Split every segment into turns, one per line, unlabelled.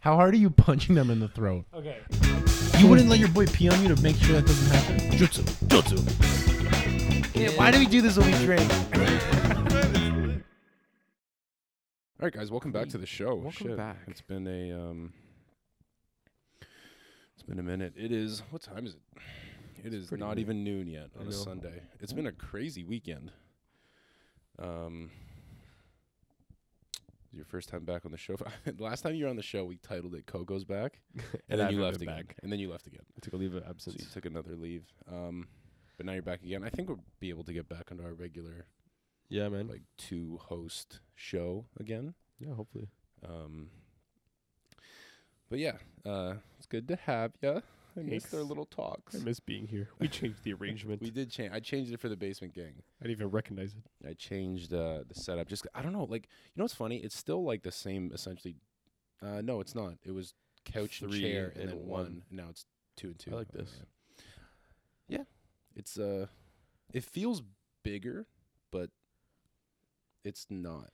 How hard are you punching them in the throat?
Okay.
You wouldn't let your boy pee on you to make sure that doesn't happen. Jutsu, jutsu.
why do we do this when we drink?
Oh, All right, guys, welcome back to the show.
Welcome
Shit,
back.
It's been a um, it's been a minute. It is what time is it? It is
pretty
not
late.
even noon yet on
know.
a Sunday. It's been a crazy weekend. Um, your first time back on the show. Last time you were on the show, we titled it "Coco's Back," and then
I've
you
been
left again,
back.
and then you left again.
I took a leave of
So you
absence.
took another leave. Um, but now you're back again. I think we'll be able to get back onto our regular
Yeah, man.
like two host show again.
Yeah, hopefully.
Um, but yeah, uh, it's good to have ya. I missed our
Thanks.
little talks.
I miss being here. We changed the arrangement.
We did change. I changed it for the basement gang.
I didn't even recognize it.
I changed uh, the setup. Just I don't know. Like you know what's funny? It's still like the same essentially. Uh, no, it's not. It was couch and
Three
chair and,
and
then one.
one.
Now it's two and two.
like
Oh,
this.
Yeah. yeah, it's uh, it feels bigger, but it's not.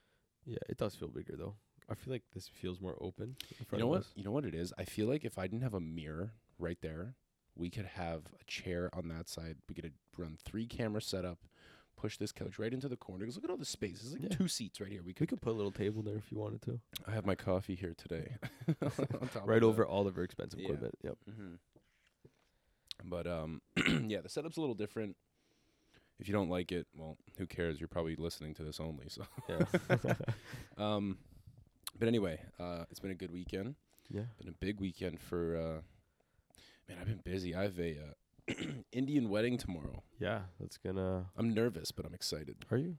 Yeah, it does feel bigger though. I feel like this feels more open. In
You
front
know
of
what?
us.
You know what it is. I feel like if I didn't have a mirror right there, we could have a chair on that side. We could run three camera setup, push this couch right into the corner. Cause look at all the space. There's like
Yeah.
two seats right here. We
We
could.
could put a little table there if you wanted to.
I have my coffee here today. on top of
right
the-
over all of our expensive
Yeah.
equipment. Yep.
Mhm. But um, yeah, the setup's a little different. If you don't like it, well, who cares? You're probably listening to this only. So,
Yeah.
um, but anyway, uh, it's been a good weekend.
yeah.
Been a big weekend for uh man, I've been busy. I have a uh, Indian wedding tomorrow.
Yeah. That's gonna.
I'm nervous, but I'm excited.
Are you?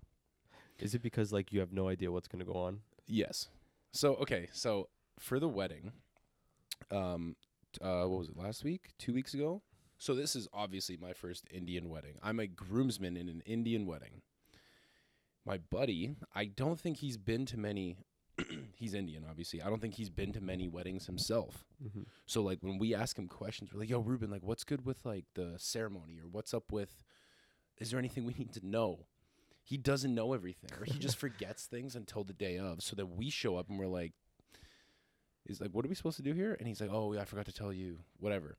Is it because like you have no idea what's gonna go on?
Yes. So, okay, so for the wedding, um t- uh what was it? Last week? 2 weeks ago? So this is obviously my first Indian wedding. I'm a groomsman in an Indian wedding. My buddy, I don't think he's been to many he's Indian obviously. I don't think he's been to many weddings himself.
Mm-hmm.
So like when we ask him questions, we're like, "Yo, Ruben, like, what's good with like the ceremony, or what's up with? Is there anything we need to know?" He doesn't know everything, or he just forgets things until the day of. So then we show up and we're like, "Is like, what are we supposed to do here?" And he's like, "Oh, yeah, I forgot to tell you, whatever."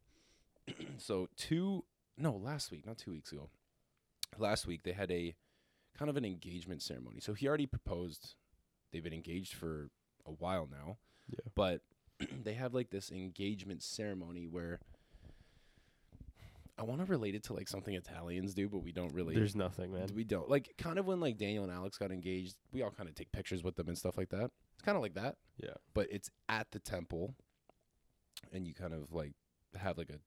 so two, no, last week, not two weeks ago, last week they had a kind of an engagement ceremony. So he already proposed. They've been engaged for a while now
Yeah.
but they have like this engagement ceremony where I want to relate it to like something Italians do, but we don't really.
There's nothing, man.
we don't like kind of when like Daniel and Alex got engaged. We all kind of take pictures with them and stuff like that. It's kind of like that,
Yeah.
but it's at the temple, and you kind of like have like a.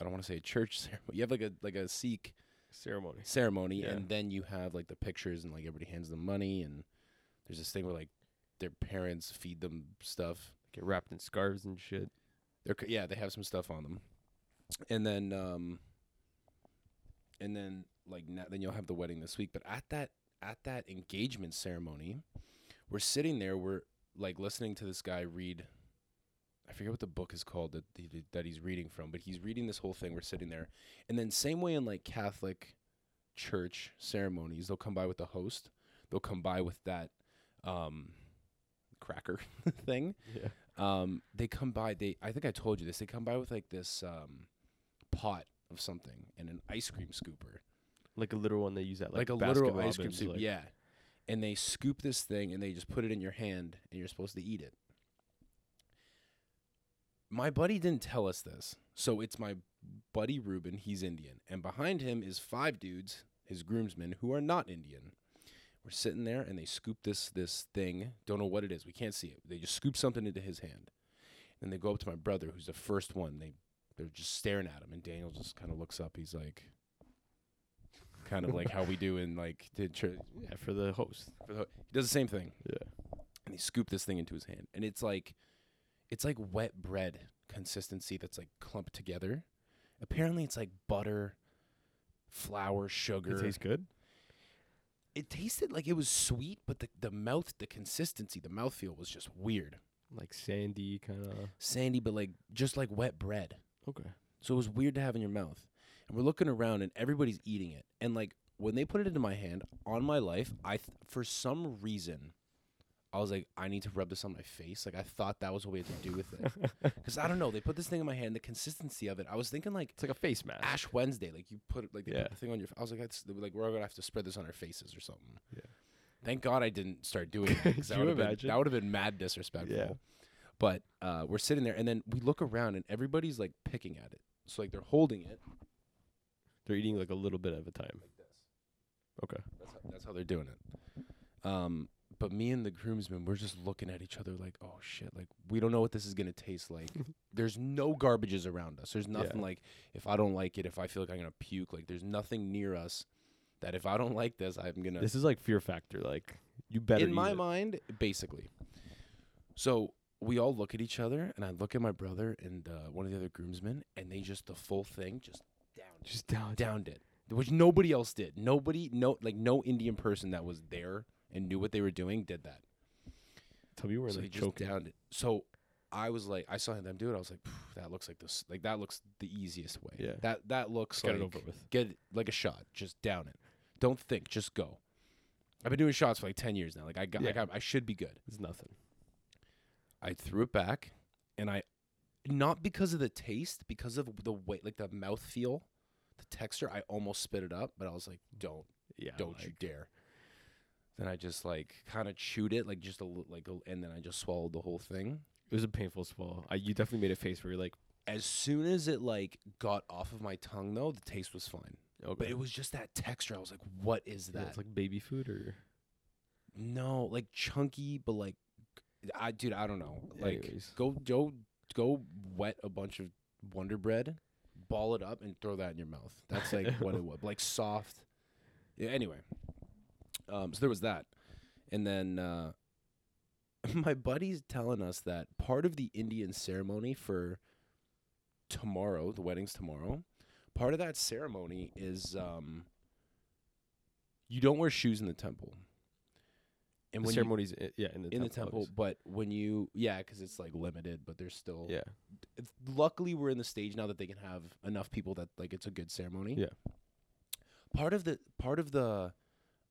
I don't want to say a church ceremony. You have like a like a Sikh
Ceremony.
ceremony,
Yeah.
and then you have like the pictures, and like everybody hands them money, and there's this thing where like their parents feed them stuff.
Get wrapped in scarves and shit.
They're c- yeah, they have some stuff on them, and then um, and then like na then you'll have the wedding this week. But at that at that engagement ceremony, we're sitting there, we're like listening to this guy read. I forget what the book is called that he, did- that he's reading from, but he's reading this whole thing. We're sitting there, and then same way in like Catholic church ceremonies, they'll come by with the host. They'll come by with that um, cracker thing,
Yeah.
um, they come by. They I think I told you this. They come by with like this um, pot of something and an ice cream scooper,
Like a little one they use at
like,
like,
a literal
Baskin
ice cream
Robbins,
scooper.
like-
yeah, and they scoop this thing and they just put it in your hand and you're supposed to eat it. My buddy didn't tell us this, so it's my buddy Ruben. He's Indian, and behind him is five dudes, his groomsmen, who are not Indian. We're sitting there and they scoop this this thing. Don't know what it is. We can't see it. They just scoop something into his hand. Then they go up to my brother, who's the first one. They they're just staring at him, and Daniel just kind of looks up. He's like, kind of like how we do in like the church.
Yeah, for the host.
He does the same thing,
Yeah.
and he scooped this thing into his hand, and it's like, it's like wet bread consistency that's like clumped together. Apparently, it's like butter, flour, sugar.
It tastes good.
it tasted like it was sweet, but the, the mouth, the consistency, the mouthfeel was just weird.
Like sandy kind of.
Sandy, but like just like wet bread.
Okay.
So it was weird to have in your mouth. And we're looking around and everybody's eating it. And like when they put it into my hand, on my life, I th- for some reason I was like, I need to rub this on my face. Like I thought that was what we had to do with it, because I don't know. They put this thing in my hand. The consistency of it, I was thinking like
It's like a face mask.
Ash Wednesday. Like you put it like they
Yeah.
put the thing on your. I was like, that's, they were like we're gonna have to spread this on our faces or something.
Yeah.
Thank God I didn't start doing it. 'cause that
you
would have
imagine?
Been, that would have been mad disrespectful.
Yeah.
But uh, we're sitting there, and then we look around, and everybody's like picking at it. So like they're holding it.
They're eating like a little bit at a time. Okay.
That's how, that's how they're doing it. Um, but me and the groomsmen, we're just looking at each other like, oh shit, like we don't know what this is gonna taste like. there's no garbages around us. There's nothing
Yeah.
like if I don't like it, if I feel like I'm gonna puke, like there's nothing near us that if I don't like this, I'm gonna.
This is like fear factor. Like you better.
in my
eat it.
mind, basically. So we all look at each other, and I look at my brother and uh, one of the other groomsmen, and they just the full thing just down
just down.
downed it, which nobody else did. Nobody, no, like no Indian person that was there and knew what they were doing did that.
Tell me where
so
they
he just
choke.
downed it. So I was like, I saw them do it. I was like, "Phew, that looks like this, like that looks the easiest way.
Yeah.
That that looks
Get
like
it over with.
get it- like a shot, just down it. Don't think, just go. I've been doing shots for like ten years now. Like I got,
Yeah.
I, got I should be good.
It's nothing.
I threw it back, and I, not because of the taste, because of the way, like the mouth feel, the texture. I almost spit it up, but I was like, don't
Yeah.
don't you dare. Then I just like kind of chewed it like just a little like a- and then I just swallowed the whole thing.
It was a painful swallow. I, you definitely made a face where you're like,
As soon as it like got off of my tongue though, the taste was fine.
okay.
But it was just that texture. I was like, what is
Yeah,
that?
it's like baby food or
no, like chunky but like I dude, I don't know. Like
Anyways.
go go go wet a bunch of Wonder Bread, ball it up and throw that in your mouth. That's like what it was. Like soft. Yeah, anyway. Um so there was that. And then uh my buddy's telling us that part of the Indian ceremony for tomorrow, the wedding's tomorrow, part of that ceremony is um you don't wear shoes in the temple. And
the
when you,
ceremonies. i- yeah, in the
in the
temple.
temple, but when you yeah, because it's like limited, but there's still
Yeah.
it's- luckily we're in the stage now that they can have enough people that like it's a good ceremony.
Yeah.
Part of the part of the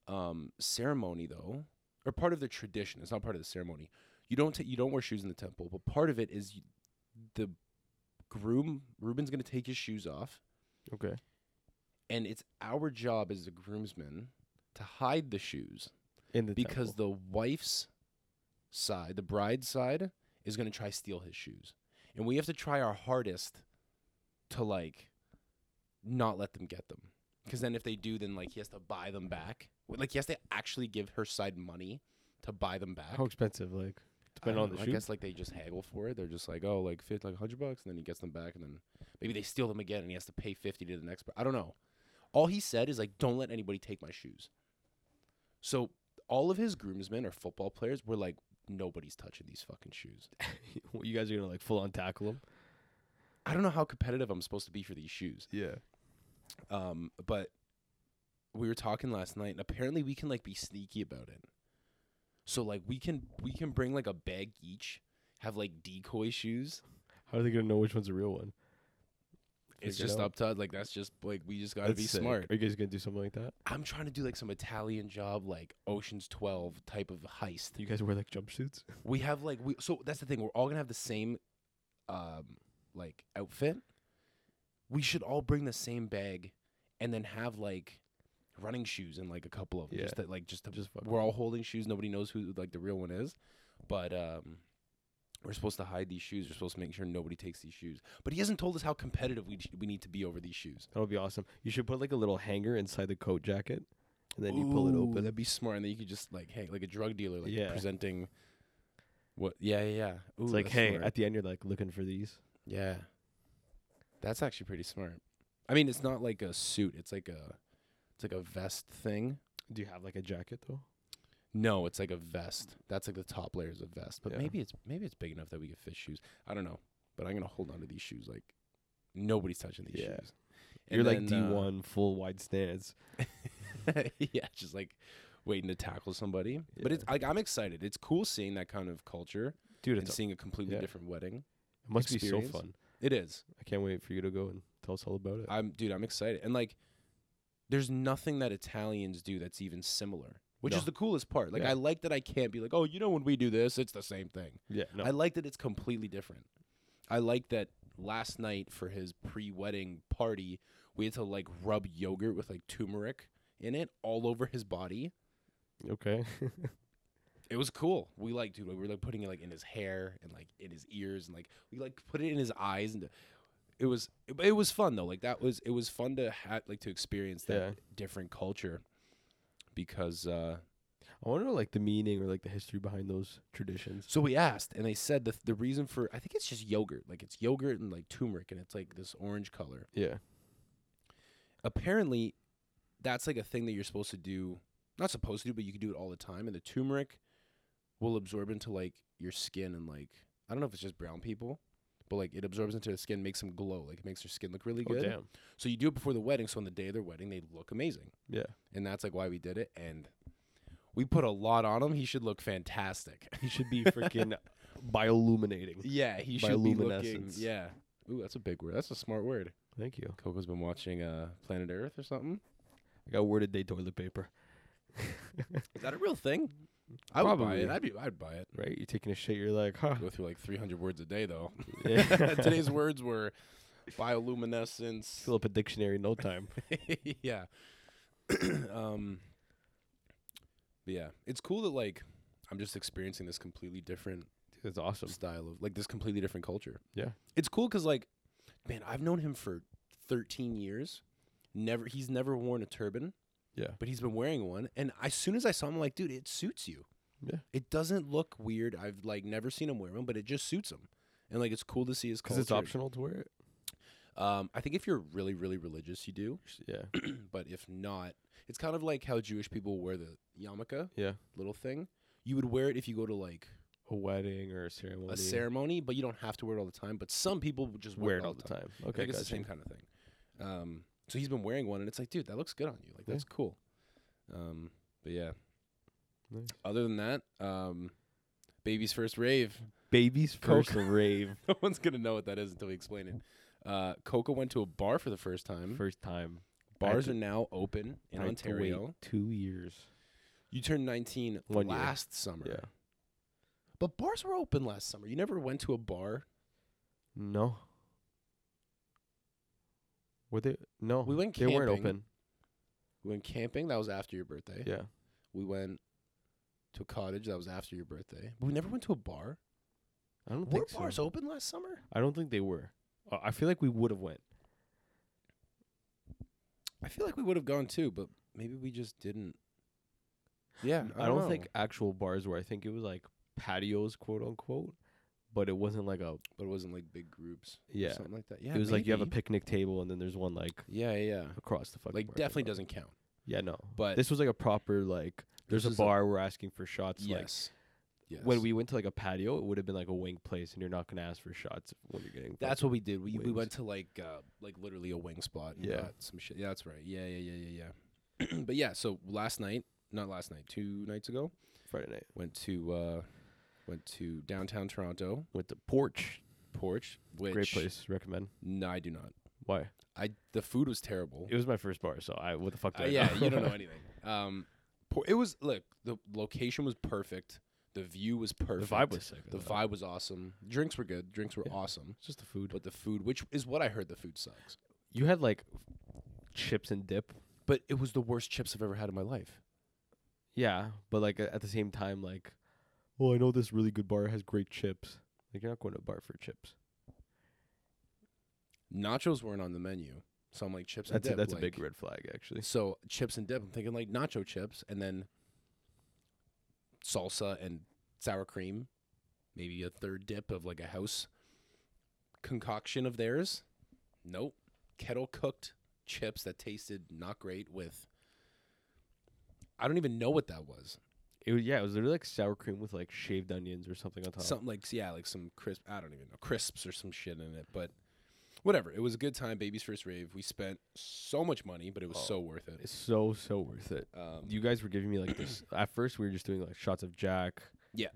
um, ceremony though, or part of the tradition, it's not part of the ceremony. You don't ta- you don't wear shoes in the temple, but part of it is you, the groom Ruben's going to take his shoes off,
Okay.
and it's our job as the groomsmen to hide the shoes
In the
because
temple.
the wife's side, the bride's side, is going to try steal his shoes, and we have to try our hardest to like not let them get them. Because then if they do, then like he has to buy them back. W- Like he has to actually give her side money to buy them back.
how expensive? Like
I
depending on
don't
the
know, I
shoe.
guess like they just haggle for it. They're just like, oh, like fit like hundred bucks, and then he gets them back, and then maybe they steal them again, and he has to pay fifty to the next. per- I don't know. All he said is like, don't let anybody take my shoes. So all of his groomsmen or football players were like, nobody's touching these fucking shoes.
Well, you guys are gonna like full on tackle them.
I don't know how competitive I'm supposed to be for these shoes.
Yeah.
Um, but we were talking last night, and apparently we can like be sneaky about it. So like we can we can bring like a bag each, have like decoy shoes.
How are they gonna know which one's a real one?
It's
Figure it
just
out.
up to like that's just like we just gotta
That's
be
sick.
smart.
Are you guys gonna do something like that?
I'm trying to do like some Italian job, like Ocean's Twelve type of heist.
Do you guys wear like jumpsuits?
We have like we so that's the thing. We're all gonna have the same, um, like outfit. We should all bring the same bag, and then have like running shoes and like a couple of 'em,
Yeah.
just that like just to
Just fuck.
we're all holding shoes. Nobody knows who like the real one is, but um, we're supposed to hide these shoes. We're supposed to make sure nobody takes these shoes. But he hasn't told us how competitive we sh- we need to be over these shoes.
That'll be awesome. You should put like a little hanger inside the coat jacket, and then you pull it
Ooh,
open.
That'd be smart, and then you could just like hey, like a drug dealer, like
Yeah.
presenting. What? Yeah, yeah, yeah. Ooh,
It's like,
that's
hey,
smart.
at the end you're like looking for these.
yeah, that's actually pretty smart. I mean, it's not like a suit; it's like a, it's like a vest thing.
Do you have like a jacket though?
No, it's like a vest. That's like the top layers of vest. But
Yeah.
maybe it's maybe it's big enough that we could fit shoes. I don't know, but I'm gonna hold on to these shoes like nobody's touching these
Yeah.
shoes. And
you're like
then, uh,
D1 full wide stance.
yeah, just like waiting to tackle somebody. But it's like I'm excited. It's cool seeing that kind of culture
Dude,
and
it's, it
seeing a completely
yeah.
different wedding.
must be
experience.
so fun.
It is.
I can't wait for you to go and tell us all about it.
I'm dude, I'm excited. And like there's nothing that Italians do that's even similar, which
No.
is the coolest part. Like
Yeah.
I like that I can't be like, oh, you know, when we do this, it's the same thing.
Yeah. No.
I like that it's completely different. I like that last night for his pre-wedding party, we had to like rub yogurt with like turmeric in it all over his body.
okay.
It was cool. We like, dude, we were like putting it like in his hair and like in his ears and like we like put it in his eyes and it was it, it was fun though. Like that was it was fun to ha- like to experience that
Yeah.
different culture because uh
I wonder like the meaning or like the history behind those traditions.
so we asked and they said the the reason for I think it's just yogurt. Like it's yogurt and like turmeric and it's like this orange color.
Yeah.
apparently that's like a thing that you're supposed to do not supposed to do but you can do it all the time and the turmeric will absorb into like your skin and like i don't know if it's just brown people but like it absorbs into the skin makes them glow like it makes their skin look really
Oh
good
damn.
so you do it before the wedding so on the day of their wedding they look amazing
Yeah.
and that's like why we did it and we put a lot on him he should look fantastic
He should be freaking bioluminating.
yeah he
By
should be looking
luminescence.
yeah ooh that's a big word that's a smart word
Thank you.
coco's been watching uh planet earth or something
I got worded day toilet paper.
Is that a real thing? I would buy
Probably.
it. I'd be. I'd buy it.
Right? You're taking a shit. You're like, huh?
Go through like 300 words a day though.
Yeah.
Today's words were bioluminescence.
Fill up a dictionary in no time.
yeah. um. But yeah, it's cool that like I'm just experiencing this completely different
That's awesome.
style of like this completely different culture.
Yeah.
It's cool because like, man, I've known him for 13 years. Never, he's never worn a turban.
Yeah.
But he's been wearing one, and as soon as I saw him, I'm like, dude, it suits you.
Yeah.
It doesn't look weird. I've like never seen him wear one, but it just suits him, and like it's cool to see his
Because
culture.
it's optional to wear it.
Um, I think if you're really, really religious, you do.
Yeah.
But if not, it's kind of like how Jewish people wear the yarmulke,
Yeah.
little thing. You would wear it if you go to like
A wedding or a ceremony.
a ceremony, but you don't have to wear it all the time. But some people would just
Wear it all the time.
Okay,
Okay,
it's the
gotcha.
same kind of thing. Um, so he's been wearing one, and it's like, dude, that looks good on you. Like
Yeah.
that's cool. Um, but yeah.
Nice.
Other than that, um, baby's first rave.
Baby's
Coke.
first rave.
no one's gonna know what that is until we explain it. Uh, Coca went to a bar for the first time.
First time
Hmm? Bars
I
are now open in
I had to wait
Ontario.
two years.
You turned 19
One year.
last summer.
Yeah.
But bars were open last summer. You never went to a bar.
No. Were they? No.
We went
They weren't
camping.
open.
We went camping. That was after your birthday.
Yeah.
We went to a cottage. That was after your birthday. But we never went to a bar.
I don't
Were
think so.
bars open last summer?
I don't think they were. Uh, I feel like we would have went.
I feel like we would have gone too, but maybe we just didn't. Yeah,
I don't think actual bars were. I think it was like patios, quote unquote, but it wasn't like a.
but it wasn't like big groups. or
Yeah.
something like that. Yeah,
it was like you have a
maybe.
picnic table and then there's one like
Yeah, yeah, yeah.
across the fucking.
Like
parking
definitely
lot.
doesn't count.
Yeah, no.
But
this was like a proper like. There's
This
a
is a-
bar we're asking for shots. Like
yes, yes.
when we went to like a patio, it would have been like a wing place, and you're not gonna ask for shots when you're getting.
That's what we did. We, we
Wings.
went to like uh, like literally a wing spot. And
Yeah.
got some shit. Yeah, that's right. Yeah, yeah, yeah, yeah, yeah. but yeah, so last night, not last night, two nights ago,
Friday night.
went to uh, went to downtown Toronto
Went to Porch.
porch. Which
Great place. Recommend.
No, I do not.
Why?
I the food was terrible.
It was my first bar, so I what the fuck? Do
Uh,
I
yeah, you don't know anything. Um, por- it was look the location was perfect. The view was
the
perfect.
vibe was sick. I
the
thought.
vibe was awesome. Drinks were good. Drinks were
Yeah.
awesome.
It's just the food.
But the food, which is what I heard, the food sucks.
You had like chips and dip.
But it was the worst chips I've ever had in my life.
Yeah, but like a- at the same time, like, well, I know this really good bar has great chips. Like you're not going to a bar for chips.
Nachos weren't on the menu, so I'm like chips.
That's
and dip,
a, that's
like-
a big red flag, actually.
So chips and dip. I'm thinking like nacho chips, and then salsa and sour cream, maybe a third dip of like a house concoction of theirs. Nope, kettle cooked chips that tasted not great with. I don't even know what that was.
It was yeah, it was literally like sour cream with like shaved onions or something on top.
Something like yeah, like some crisp. I don't even know crisps or some shit in it, but whatever. It was a good time. Baby's first rave. We spent so much money, but it was
Oh.
so worth it.
It's so so worth it.
Um,
You guys were giving me like this. At first, we were just doing like shots of Jack.
Yeah.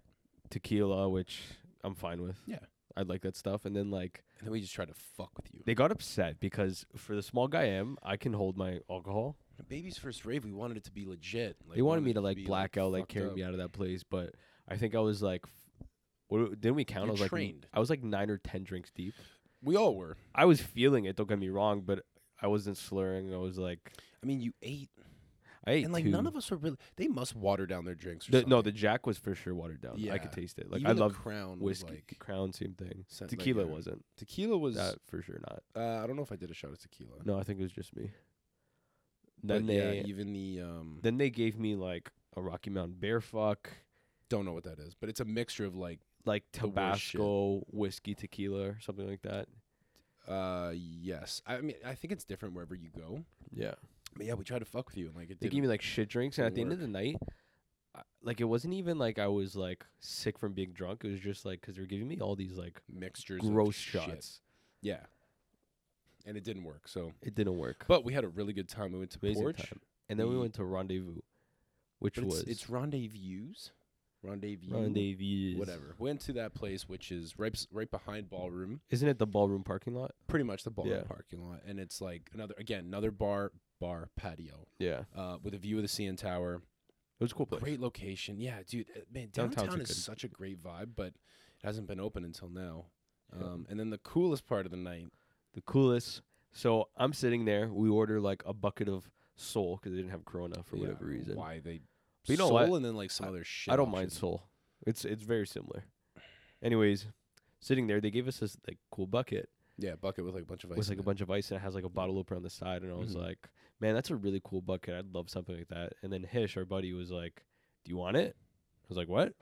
Tequila, which I'm fine with.
Yeah.
I like that stuff. And then like
and then we just tried to fuck with you.
they got upset because for the small guy I am, I can hold my alcohol.
a baby's first rave, we wanted it to be legit. Like,
they wanted
wanted
me
it
to like
be,
black out, like
fucked
carry
up.
me out of that place. But I think I was like, f- what, didn't we count?
You
I was
trained.
like, I was like nine or ten drinks deep.
We all were.
I was feeling it. Don't get me wrong, but I wasn't slurring. I was like,
I mean, you ate,
I ate
and like
two.
none of us were really. They must water down their drinks. Or
the,
something.
no, the Jack was for sure watered down. I
Yeah.
could taste it. Like
Even
I
the
love
Crown was
whiskey,
like
Crown, same thing.
sent, like,
Tequila
a-
wasn't
Tequila was.
that for sure. Not.
uh, I don't know if I did a shot of tequila.
No, I think it was just me.
but
Then
yeah,
they
even the um,
then they gave me like a Rocky Mountain Bear fuck,
don't know what that is, but it's a mixture of like
like
worst shit.
Tabasco whiskey tequila or something like that.
uh, yes. I mean, I think it's different wherever you go.
Yeah.
But yeah, we tried to fuck with you, and like it
They
did.
gave me like shit drinks, and at
didn't
the end of the night, I, like it wasn't even like I was like sick from being drunk. It was just like because they were giving me all these like
mixtures, of
gross
shit.
shots.
Yeah, and it didn't work. So,
It didn't work.
but we had a really good time. We went to
Amazing
Porch.
time. And then we
the-
went to Rendezvous, which
But
was
it's, it's rendezvous, rendezvous,
Rendezvous.
whatever. Went to that place, which is right bes- right behind ballroom,
Isn't it the ballroom parking lot?
pretty much the ballroom
Yeah.
parking lot, and it's like another again another bar bar patio
Yeah. It
uh, with a view of the CN Tower.
was a cool place.
Great location, yeah, dude. uh, Man,
Downtown's
downtown
a
is
good-
such a great vibe, but it hasn't been open until now.
Yeah.
Um, and then the coolest part of the night,
The coolest. So I'm sitting there. We order like a bucket of soul because they didn't have Corona for
Yeah, I
whatever
don't know
reason.
why they
you know
soul
what?
and then like some other shit.
I don't mind
option.
Soul. It's it's very similar. Anyways, sitting there, they gave us this like cool bucket
Yeah, bucket with like a bunch of ice.
with
in
like a
it.
bunch of ice and it has like a bottle opener on the side, and I was
Mhm.
like, man, that's a really cool bucket. I'd love something like that. And then Hish, our buddy, was like, do you want it? I was like, what?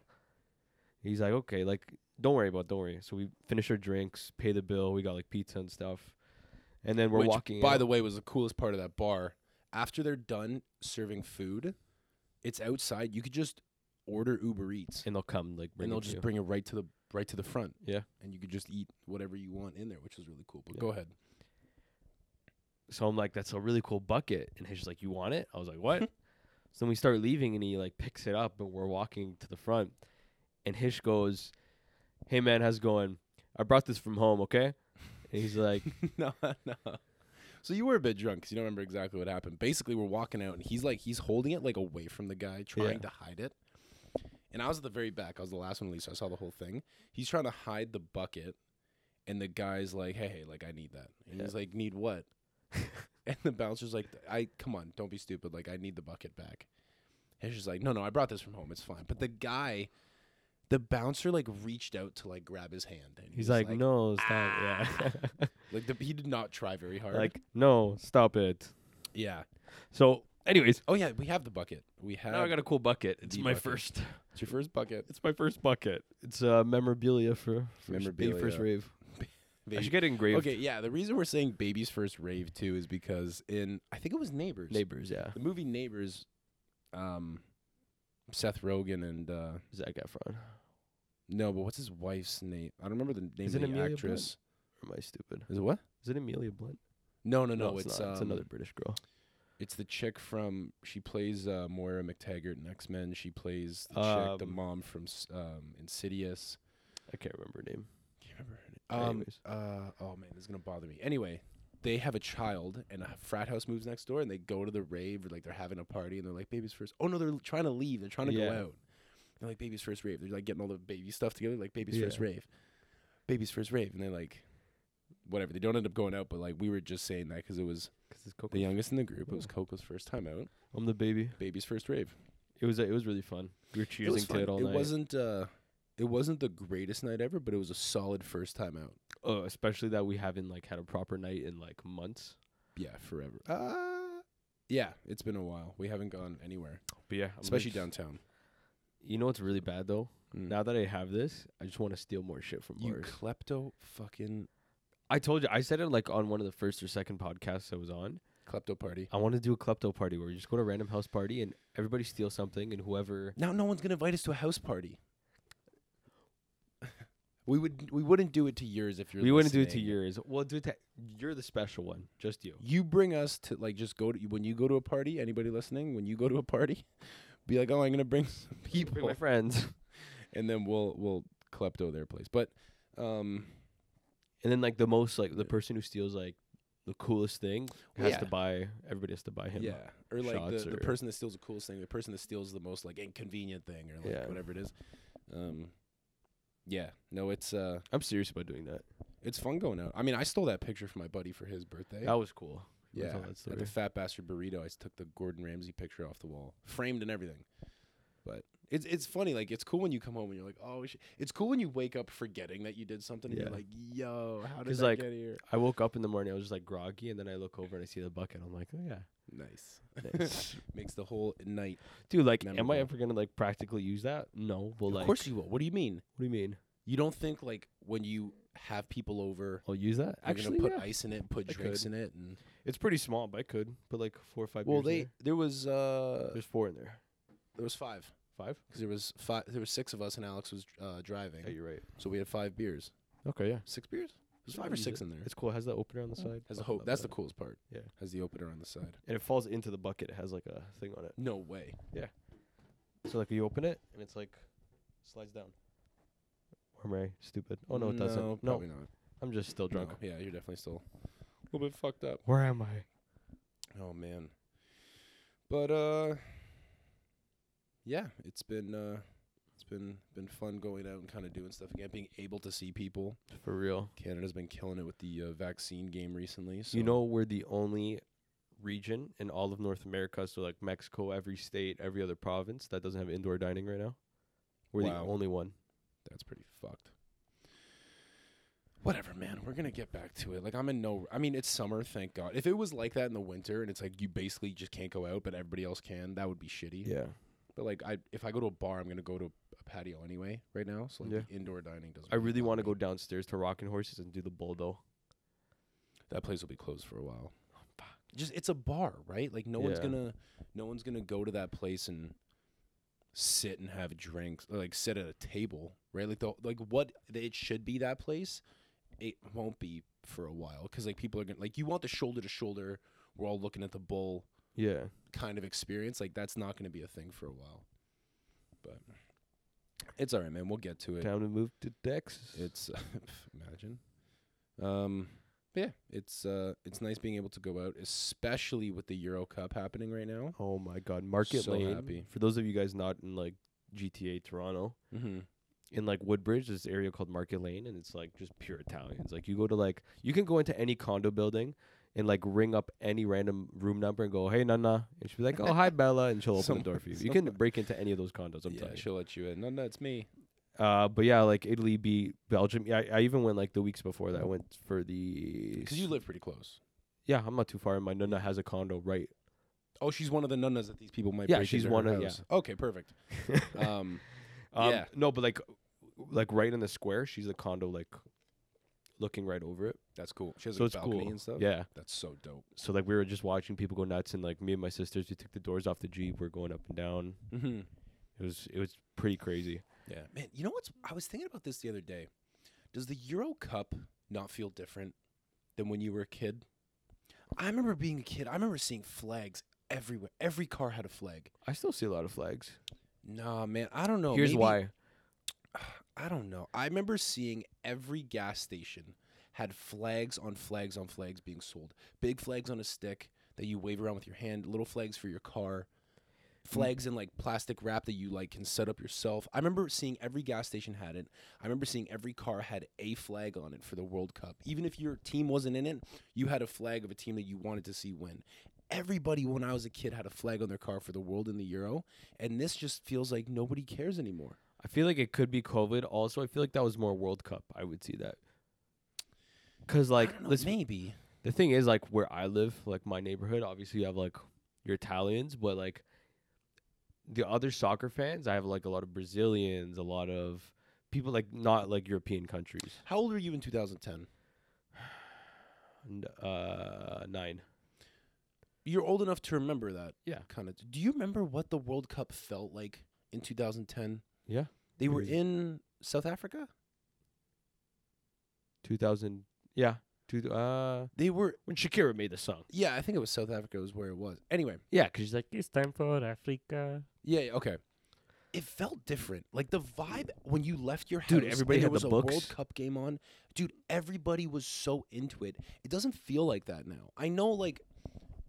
He's like, okay, like don't worry about, it, don't worry. So we finished our drinks, pay the bill. We got like pizza and stuff, and then we're
Which,
walking.
By
out.
the way, was the coolest part of that bar. After they're done serving food, it's outside. You could just order Uber Eats,
and they'll come like bring
and
it
they'll
to
just
you.
bring it right to the right to the front.
Yeah.
and you could just eat whatever you want in there, which was really cool. But
Yeah.
go ahead.
So I'm like, that's a really cool bucket. And he's just like, you want it? I was like, what? so then we start leaving and he like picks it up and we're walking to the front. And Hish goes, hey man, how's it going? I brought this from home, okay? And he's like,
no, no. So you were a bit drunk because you don't remember exactly what happened. Basically, we're walking out, and he's like, he's holding it like away from the guy, trying to hide it. And I was at the very back. I was the last one to leave, so I saw the whole thing. He's trying to hide the bucket, and the guy's like, "Hey, hey, like I need that." And
Yeah.
he's like, "Need what?" and the bouncer's like, "I come on, don't be stupid. Like I need the bucket back." And she's like, "No, no, I brought this from home. It's fine." But the guy, the bouncer, like reached out to like grab his hand, and he was
he's like, "Ah." no, stop. Yeah.
like the, he did not try very hard.
like, no, stop it.
yeah.
So, anyways,
Oh yeah, we have the bucket. We have.
now I got a cool bucket. Uh, It's
The
my
bucket.
first.
it's your first bucket.
It's my first bucket. It's uh, memorabilia for, for s- baby first
Memorabilia.
rave. I
Baby-
should get it engraved.
okay, yeah. The reason we're saying baby's first rave too is because in I think it was Neighbors.
Neighbors, yeah.
The movie Neighbors, um, Seth Rogen and uh,
Zach Efron.
no, but what's his wife's name? I don't remember the name
Is
of
it
the
Amelia Blunt?
actress.
Or am I stupid?
Is it what?
Is it Amelia Blunt?
No, no, no.
it's,
it's
not.
um,
it's another British girl.
It's the chick from she plays uh, Moira McTaggart in X Men. She plays the chick, the
Um,
mom from s- um, Insidious.
I can't remember her name.
Can't remember her name. Um,
Anyways.
uh, oh man, this is gonna bother me. Anyway, they have a child, and a frat house moves next door, and they go to the rave, or like they're having a party, and they're like, "Baby's first. Oh no, they're l- trying to leave. They're trying to go
Yeah.
out. They're like, "Baby's first rave." They're like getting all the baby stuff together, like "Baby's
Yeah.
first rave, baby's first rave," and they're like, whatever. They don't end up going out, but like we were just saying that because it was
Cause it's Coco.
the youngest in the group. It was Coco's first time out.
I'm the baby.
Baby's first rave.
It was it was really fun. We were
It was
cheersing to
fun.
it all
it
night.
wasn't. Uh, it wasn't the greatest night ever, but it was a solid first time out.
Oh, especially that we haven't like had a proper night in like months.
Yeah, forever. Uh yeah, it's been a while. We haven't gone anywhere,
But yeah, I'm
especially
really-
downtown.
You know what's really bad though?
Mm.
Now that I have this, I just want to steal more shit from
you
bars.
klepto fucking
I told you, I said it like on one of the first or second podcasts I was on.
klepto party.
I want to do a klepto party where we just go to a random house party and everybody steals something and whoever.
Now no one's gonna invite us to a house party. we would we wouldn't do it to yours if you're.
we wouldn't do it to
listening.
yours. Well, do it to you're the special one, just you.
You bring us to like just go to when you go to a party. Anybody listening, when you go to a party, be like, oh, I'm gonna bring some
Bring
people,
my friends.
and then we'll we'll klepto their place. But um,
And then like the most like the person who steals like the coolest thing has to
Yeah.
buy everybody has to buy him.
yeah, or like
shots
the, the
or-
person that steals the coolest thing, the person that steals the most like inconvenient thing, or like
Yeah.
whatever it is. Um, yeah, no, it's uh,
I'm serious about doing that.
it's fun going out. I mean, I stole that picture from my buddy for his birthday.
That was cool. I
yeah,
told Oh, that
at
story.
the Fat Bastard Burrito, I s- took the Gordon Ramsay picture off the wall, framed and everything. But it's it's funny, like it's cool when you come home and you're like, oh, sh-. it's cool when you wake up forgetting that you did something. and
Yeah.
You're like, yo, how did
'Cause,
that
like,
get here?
I woke up in the morning. I was just like groggy, and then I look over and I see the bucket. I'm like, oh yeah,
Nice,
Nice.
makes the whole night.
dude. Like, am
Memorable.
I ever gonna like practically use that? No, but like,
of course you will. What do you mean?
What do you mean?
You don't think like when you have people over,
I'll use that.
you're
Actually,
gonna put
yeah.
ice in it, and put
I
drinks
could.
in it, and
it's pretty small, but I could put like four or five. beers in there.
there was uh
there's four in there.
there was five
Five?
because there was five there were six of us and Alex was uh, driving,
Yeah, you're right.
so we had five beers,
Okay, yeah.
six beers. There's
I'll
five or
use
six
it.
in there.
It's cool. It has that opener on the side.
Has the
Fucking
hope.
love
That's
that.
the coolest part.
Yeah.
Has the opener on the side.
And it falls into the bucket. It has like a thing on it.
No way.
So like you open it and it's like slides down. Or am I stupid? Oh no, it doesn't. No,
probably not.
I'm just still drunk.
No, Yeah, you're definitely still a little bit fucked up.
Where am I?
Oh man. But uh yeah, it's been uh it's been been fun going out and kind of doing stuff again, being able to see people.
For real.
Canada's been killing it with the uh, vaccine game recently. So
You know we're the only region in all of North America, so like Mexico, every state, every other province that doesn't have indoor dining right now. We're
Wow.
the only one.
that's pretty fucked. Whatever, man. We're gonna get back to it. Like I'm in no. I mean, it's summer, thank God. If it was like that in the winter, and it's like you basically just can't go out, but everybody else can, that would be shitty.
Yeah.
But like, I if I go to a bar, I'm gonna go to a patio anyway. Right now, so like
Yeah.
the indoor dining doesn't.
I
really
really
bother
want to
me.
go downstairs to Rockin' Horses and do the bull though.
that place will be closed for a while. Oh, Just it's a bar, right? Like no one's
Yeah.
gonna no one's gonna go to that place and sit and have drinks, or like sit at a table, right? Like the like what it should be that place, it won't be for a while because like people are gonna like you want the shoulder to shoulder. We're all looking at the bull
Yeah.
kind of experience. Like that's not gonna be a thing for a while. But it's all right, man. We'll get to it.
Time to move to Texas.
It's imagine. Um, but yeah, it's uh, it's nice being able to go out, especially with the Euro Cup happening right now.
Oh my God, Market
So
Lane.
happy.
For those of you guys not in like GTA Toronto,
Mm-hmm.
in like Woodbridge, there's this area called Market Lane, and it's like just pure Italians. Like you go to like you can go into any condo building and like ring up any random room number and go, hey Nana, and she'll be like, oh hi Bella, and she'll open the door for you. You can break into any of those condos. I'm
yeah,
telling you.
she'll let you in. No, no, it's me.
Uh, but yeah, like Italy beat Belgium. Yeah, I, I even went like the weeks before that. I went for the
Because you
s-
live pretty close.
yeah, I'm not too far. My Nana has a condo right
Oh, she's one of the nunnas that these people might.
Yeah,
break
she's
into her
one of-
house. Okay, perfect. um,
Um,
Yeah.
No, but like, like right in the square, she's a condo, like looking right over it.
that's cool. She has
So
a
it's
balcony
cool.
and stuff.
Yeah.
that's so dope.
So like we were just watching people go nuts, and like me and my sisters, we took the doors off the jeep. We're going up and down.
Mm-hmm.
It was it was pretty crazy.
Yeah, man. You know what's? I was thinking about this the other day. Does the Euro Cup not feel different than when you were a kid? I remember being a kid. I remember seeing flags everywhere. Every car had a flag.
I still see a lot of flags.
Nah, man. I don't know.
Here's
Oh, maybe-
why.
I don't know. I remember seeing every gas station had flags on flags on flags being sold. Big flags on a stick that you wave around with your hand. Little flags for your car. Flags in like plastic wrap that you like can set up yourself. I remember seeing every gas station had it. I remember seeing every car had a flag on it for the World Cup. Even if your team wasn't in it, you had a flag of a team that you wanted to see win. Everybody when I was a kid had a flag on their car for the World and the Euro, and this just feels like nobody cares anymore.
I feel like it could be COVID. Also, I feel like that was more World Cup. I would see that. Cause
Like,
like let's be-
maybe.
the thing is like where I live, like my neighborhood, obviously you have like your Italians, but like the other soccer fans, I have like a lot of Brazilians, a lot of people like not like European countries.
How old were you in 2010?
N- Uh, nine.
You're old enough to remember that.
Yeah.
Kind of. Do you remember what the World Cup felt like in 2010?
Yeah.
They were
Mhm.
in South Africa?
Two thousand. Yeah. Two. th- Uh,
They were
when Shakira made the song.
Yeah, I think it was South Africa was where it was. Anyway,
Yeah, 'cause she's like,
It's time for Africa.
yeah, yeah, okay. it felt different. Like the vibe when you left your house,
Dude, everybody
and
had
there was
the
a
books.
World Cup game on. Dude, everybody was so into it. It doesn't feel like that now. I know, like,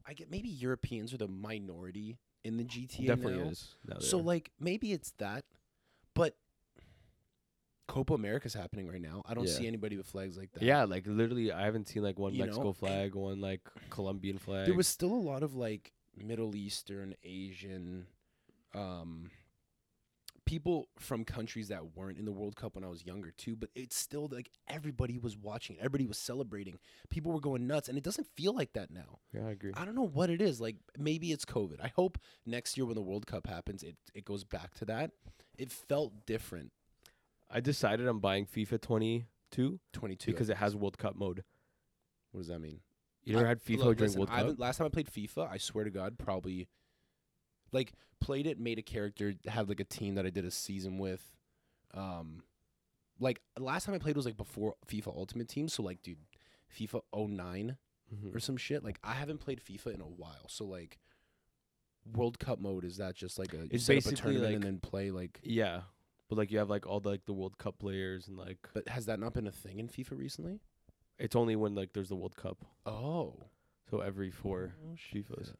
I get maybe Europeans are the minority in the GTA.
Definitely
now.
is. now
So
there.
like maybe it's that, but Copa America's happening right now. I don't
Yeah.
see anybody with flags like that.
yeah, like literally, I haven't seen like one
You know,
Mexico
and-
flag, one like Colombian flag.
there was still a lot of like Middle Eastern, Asian, um, people from countries that weren't in the World Cup when I was younger too. But it's still like everybody was watching, it. everybody was celebrating, people were going nuts, and it doesn't feel like that now.
yeah, I agree.
I don't know what it is. Like maybe it's COVID. I hope next year when the World Cup happens, it it goes back to that. It felt different.
I decided I'm buying FIFA 22
Twenty two
because it has World Cup mode.
What does that mean?
You never
I-
had FIFA
look,
during
listen,
World
I
Cup?
haven't- Last time I played FIFA, I swear to God, probably like played it, made a character, had like a team that I did a season with. Um, like last time I played was like before FIFA Ultimate Team, so like, dude, FIFA 09
Mhm.
or some shit. Like I haven't played FIFA in a while, so like. World Cup mode is that just like a you
It's
set up a
basically,
tournament and then
like-
play like?
Yeah, but like you have like all the like the World Cup players and like
But has that not been a thing in FIFA recently?
it's only when like there's the World Cup.
Oh,
So every four
Oh,
FIFAs.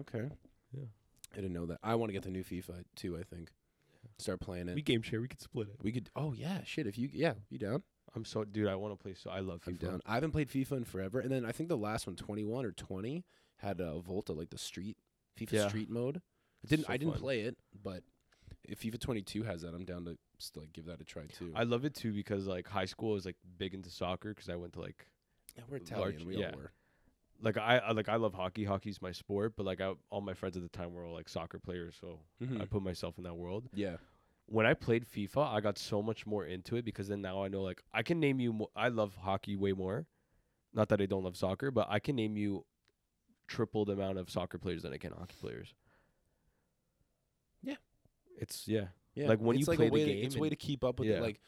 Okay.
Yeah.
I didn't know that. I want to get the new FIFA too, I think. Start playing it.
We
We,
game share. We could split it.
could Oh yeah, shit, if you yeah, you down?
I'm so dude. I want to play. So I love FIFA.
I'm down. I haven't played FIFA in forever. And then I think the last one, 21 or 20, had uh, Volta like the street FIFA
Yeah.
street mode. I
It's
didn't
so
I didn't
fun.
play it, but if FIFA 22 has that, I'm down to just, like give that a try too.
I love it too because like high school I was like big into soccer because I went to like
yeah, we're
large-
Italian, we
yeah.
all were.
like I, I like I love hockey. Hockey's my sport, but like I, all my friends at the time were all like soccer players, so I
Mhm.
put myself in that world.
Yeah.
When I played FIFA, I got so much more into it because then now I know like I can name you. Mo- I love hockey way more. Not that I don't love soccer, but I can name you triple the amount of soccer players than I can hockey players.
Yeah.
it's yeah.
Yeah,
Like, when you
it's like
play
a
the
way to,
game
it's a way
and-
to keep up with
Yeah.
it. Like,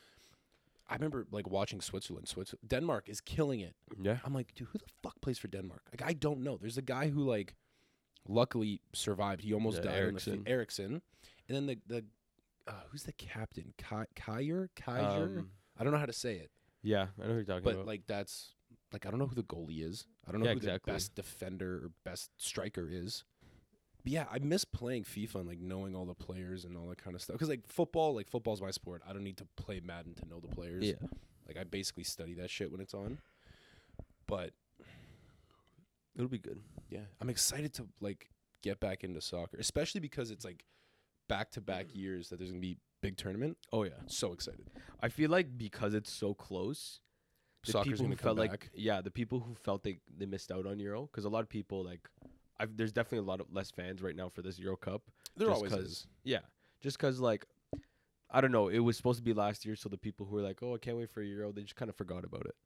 I remember like watching Switzerland. Switzerland, Denmark is killing it.
Yeah.
I'm like, dude, who the fuck plays for Denmark? Like, I don't know. There's a guy who like, luckily survived. He almost
Yeah,
died. On
Eriksen.
the, Erickson, and then the the uh, who's the captain? Ki- Kier, Kier.
Um,
I don't know how to say it,
yeah, I know who you're talking
but
about.
like that's like I don't know who the goalie is. I don't know
Yeah,
who
exactly.
the best defender or best striker is. But yeah, I miss playing FIFA and like knowing all the players and all that kind of stuff. Because like football, like football's my sport. I don't need to play Madden to know the players. Like I basically study that shit when it's on. But
it'll be good.
yeah, I'm excited to like get back into soccer, especially because it's like back to
Mm.
back years that there's gonna be big tournament.
Oh yeah.
So excited.
I feel like because it's so close, the
Soccer's
people who
gonna
felt
come
like
back.
yeah, the people who felt they they missed out on Euro because a lot of people like, I've, there's definitely a lot of less fans right now for this Euro Cup.
There
just
always
'cause-
is.
Yeah, just because like, I don't know, it was supposed to be last year, so the people who were like, oh, I can't wait for Euro, they just kind of forgot about it.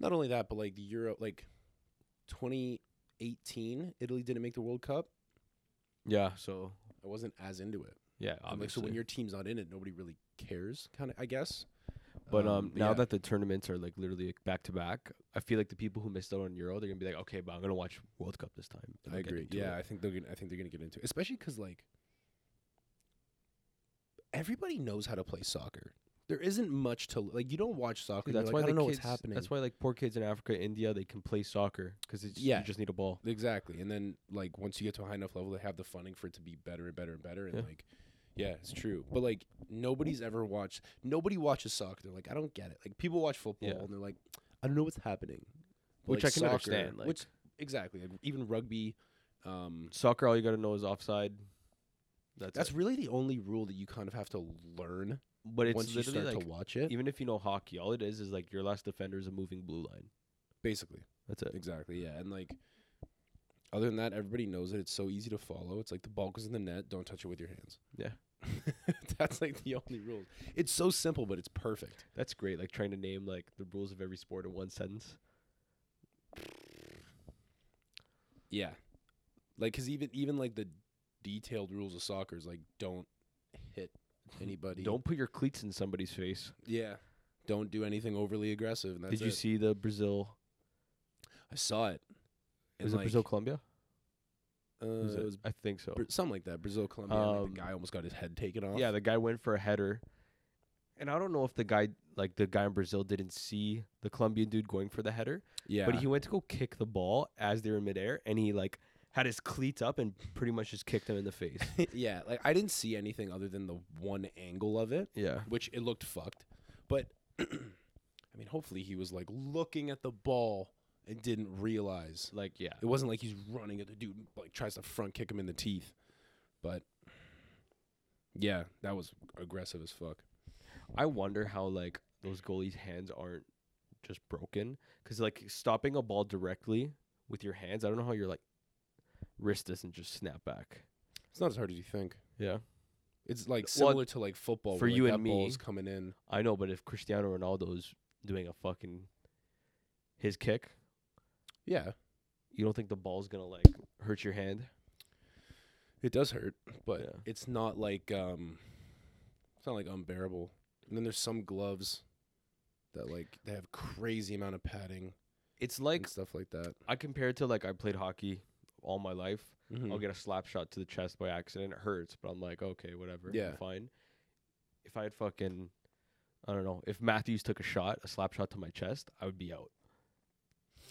Not only that, but like the Euro, like 2018, Italy didn't make the World Cup.
Yeah. So
I wasn't as into it.
yeah,
I'm
obviously.
Like, so when your team's not in it, nobody really cares, kind of. I guess.
but um, now
yeah.
that the tournaments are like literally like, back to back, I feel like the people who missed out on Euro, they're gonna be like, okay, but I'm gonna watch World Cup this time. and
I
they'll get
agree.
into
Yeah,
it.
I think they're gonna. I think they're gonna get into it, especially because like everybody knows how to play soccer. There isn't much to like. You don't watch soccer.
that's
That's you
why
I
the
don't know
kids,
what's happening.
That's why like poor kids in Africa, India, they can play soccer because
Yeah.
you just need a ball.
exactly. And then like once you get to a high enough level, they have the funding for it to be better and better and better. And
Yeah.
like, yeah, it's true. But like nobody's ever watched. Nobody watches soccer. They're like, I don't get it. Like people watch football
Yeah.
and they're like, I don't know what's happening. But,
Which
like,
I can
soccer-
understand, like-
which exactly. Like, even rugby. Um,
Soccer, all you gotta know is offside. That's,
That's
it.
really the only rule that you kind of have to learn
but it's
once you
literally
start
like
to watch it.
even if you know hockey, all it is is like your last defender is a moving blue line.
Basically,
That's it.
exactly, yeah. And like, other than that, everybody knows it. It's so easy to follow. It's like the ball goes in the net. Don't touch it with your hands.
Yeah.
that's like the only rule. It's so simple, but it's perfect.
That's great. Like trying to name like the rules of every sport in one sentence.
Yeah, like because even even like the detailed rules of soccer is like don't hit anybody.
Don't put your cleats in somebody's face.
Yeah. Don't do anything overly aggressive. And that's
Did you
it.
see the Brazil?
I saw it.
Is
And,
it
like,
Brazil Colombia?
Uh,
Was
it
it?
was
I think so.
Bra- something like that. Brazil, Colombia. and, like,
Um,
the guy almost got his head taken off.
Yeah, the guy went for a header, and I don't know if the guy, like the guy in Brazil, didn't see the Colombian dude going for the header,
yeah.
but he went to go kick the ball as they were in midair, and he like had his cleats up and pretty much just kicked him in the face.
yeah, like I didn't see anything other than the one angle of it,
yeah,
which it looked fucked. But I mean, hopefully he was like looking at the ball and didn't realize.
like yeah,
It wasn't like he's running at the dude and, like tries to front kick him in the teeth. But yeah, that was aggressive as fuck.
I wonder how like those goalies' hands aren't just broken because like stopping a ball directly with your hands, I don't know how your like wrist doesn't just snap back.
It's not as hard as you think.
Yeah,
It's like
Well,
similar to like football
for
where, like,
you
that
and
ball's
me-
coming in.
I know, but if Cristiano Ronaldo's doing a fucking his kick,
Yeah,
you don't think the ball's gonna like hurt your hand?
it does hurt, but
Yeah.
it's not like um, it's not like unbearable. And then there's some gloves that like they have crazy amount of padding
It's like
and stuff like that.
I compare it to like I played hockey all my life. I'll
Okay.
get a slap shot to the chest by accident. It hurts, but I'm like, okay, whatever.
Yeah.
I'm fine. If I had fucking, I don't know, if Matthews took a shot, a slap shot to my chest, I would be out.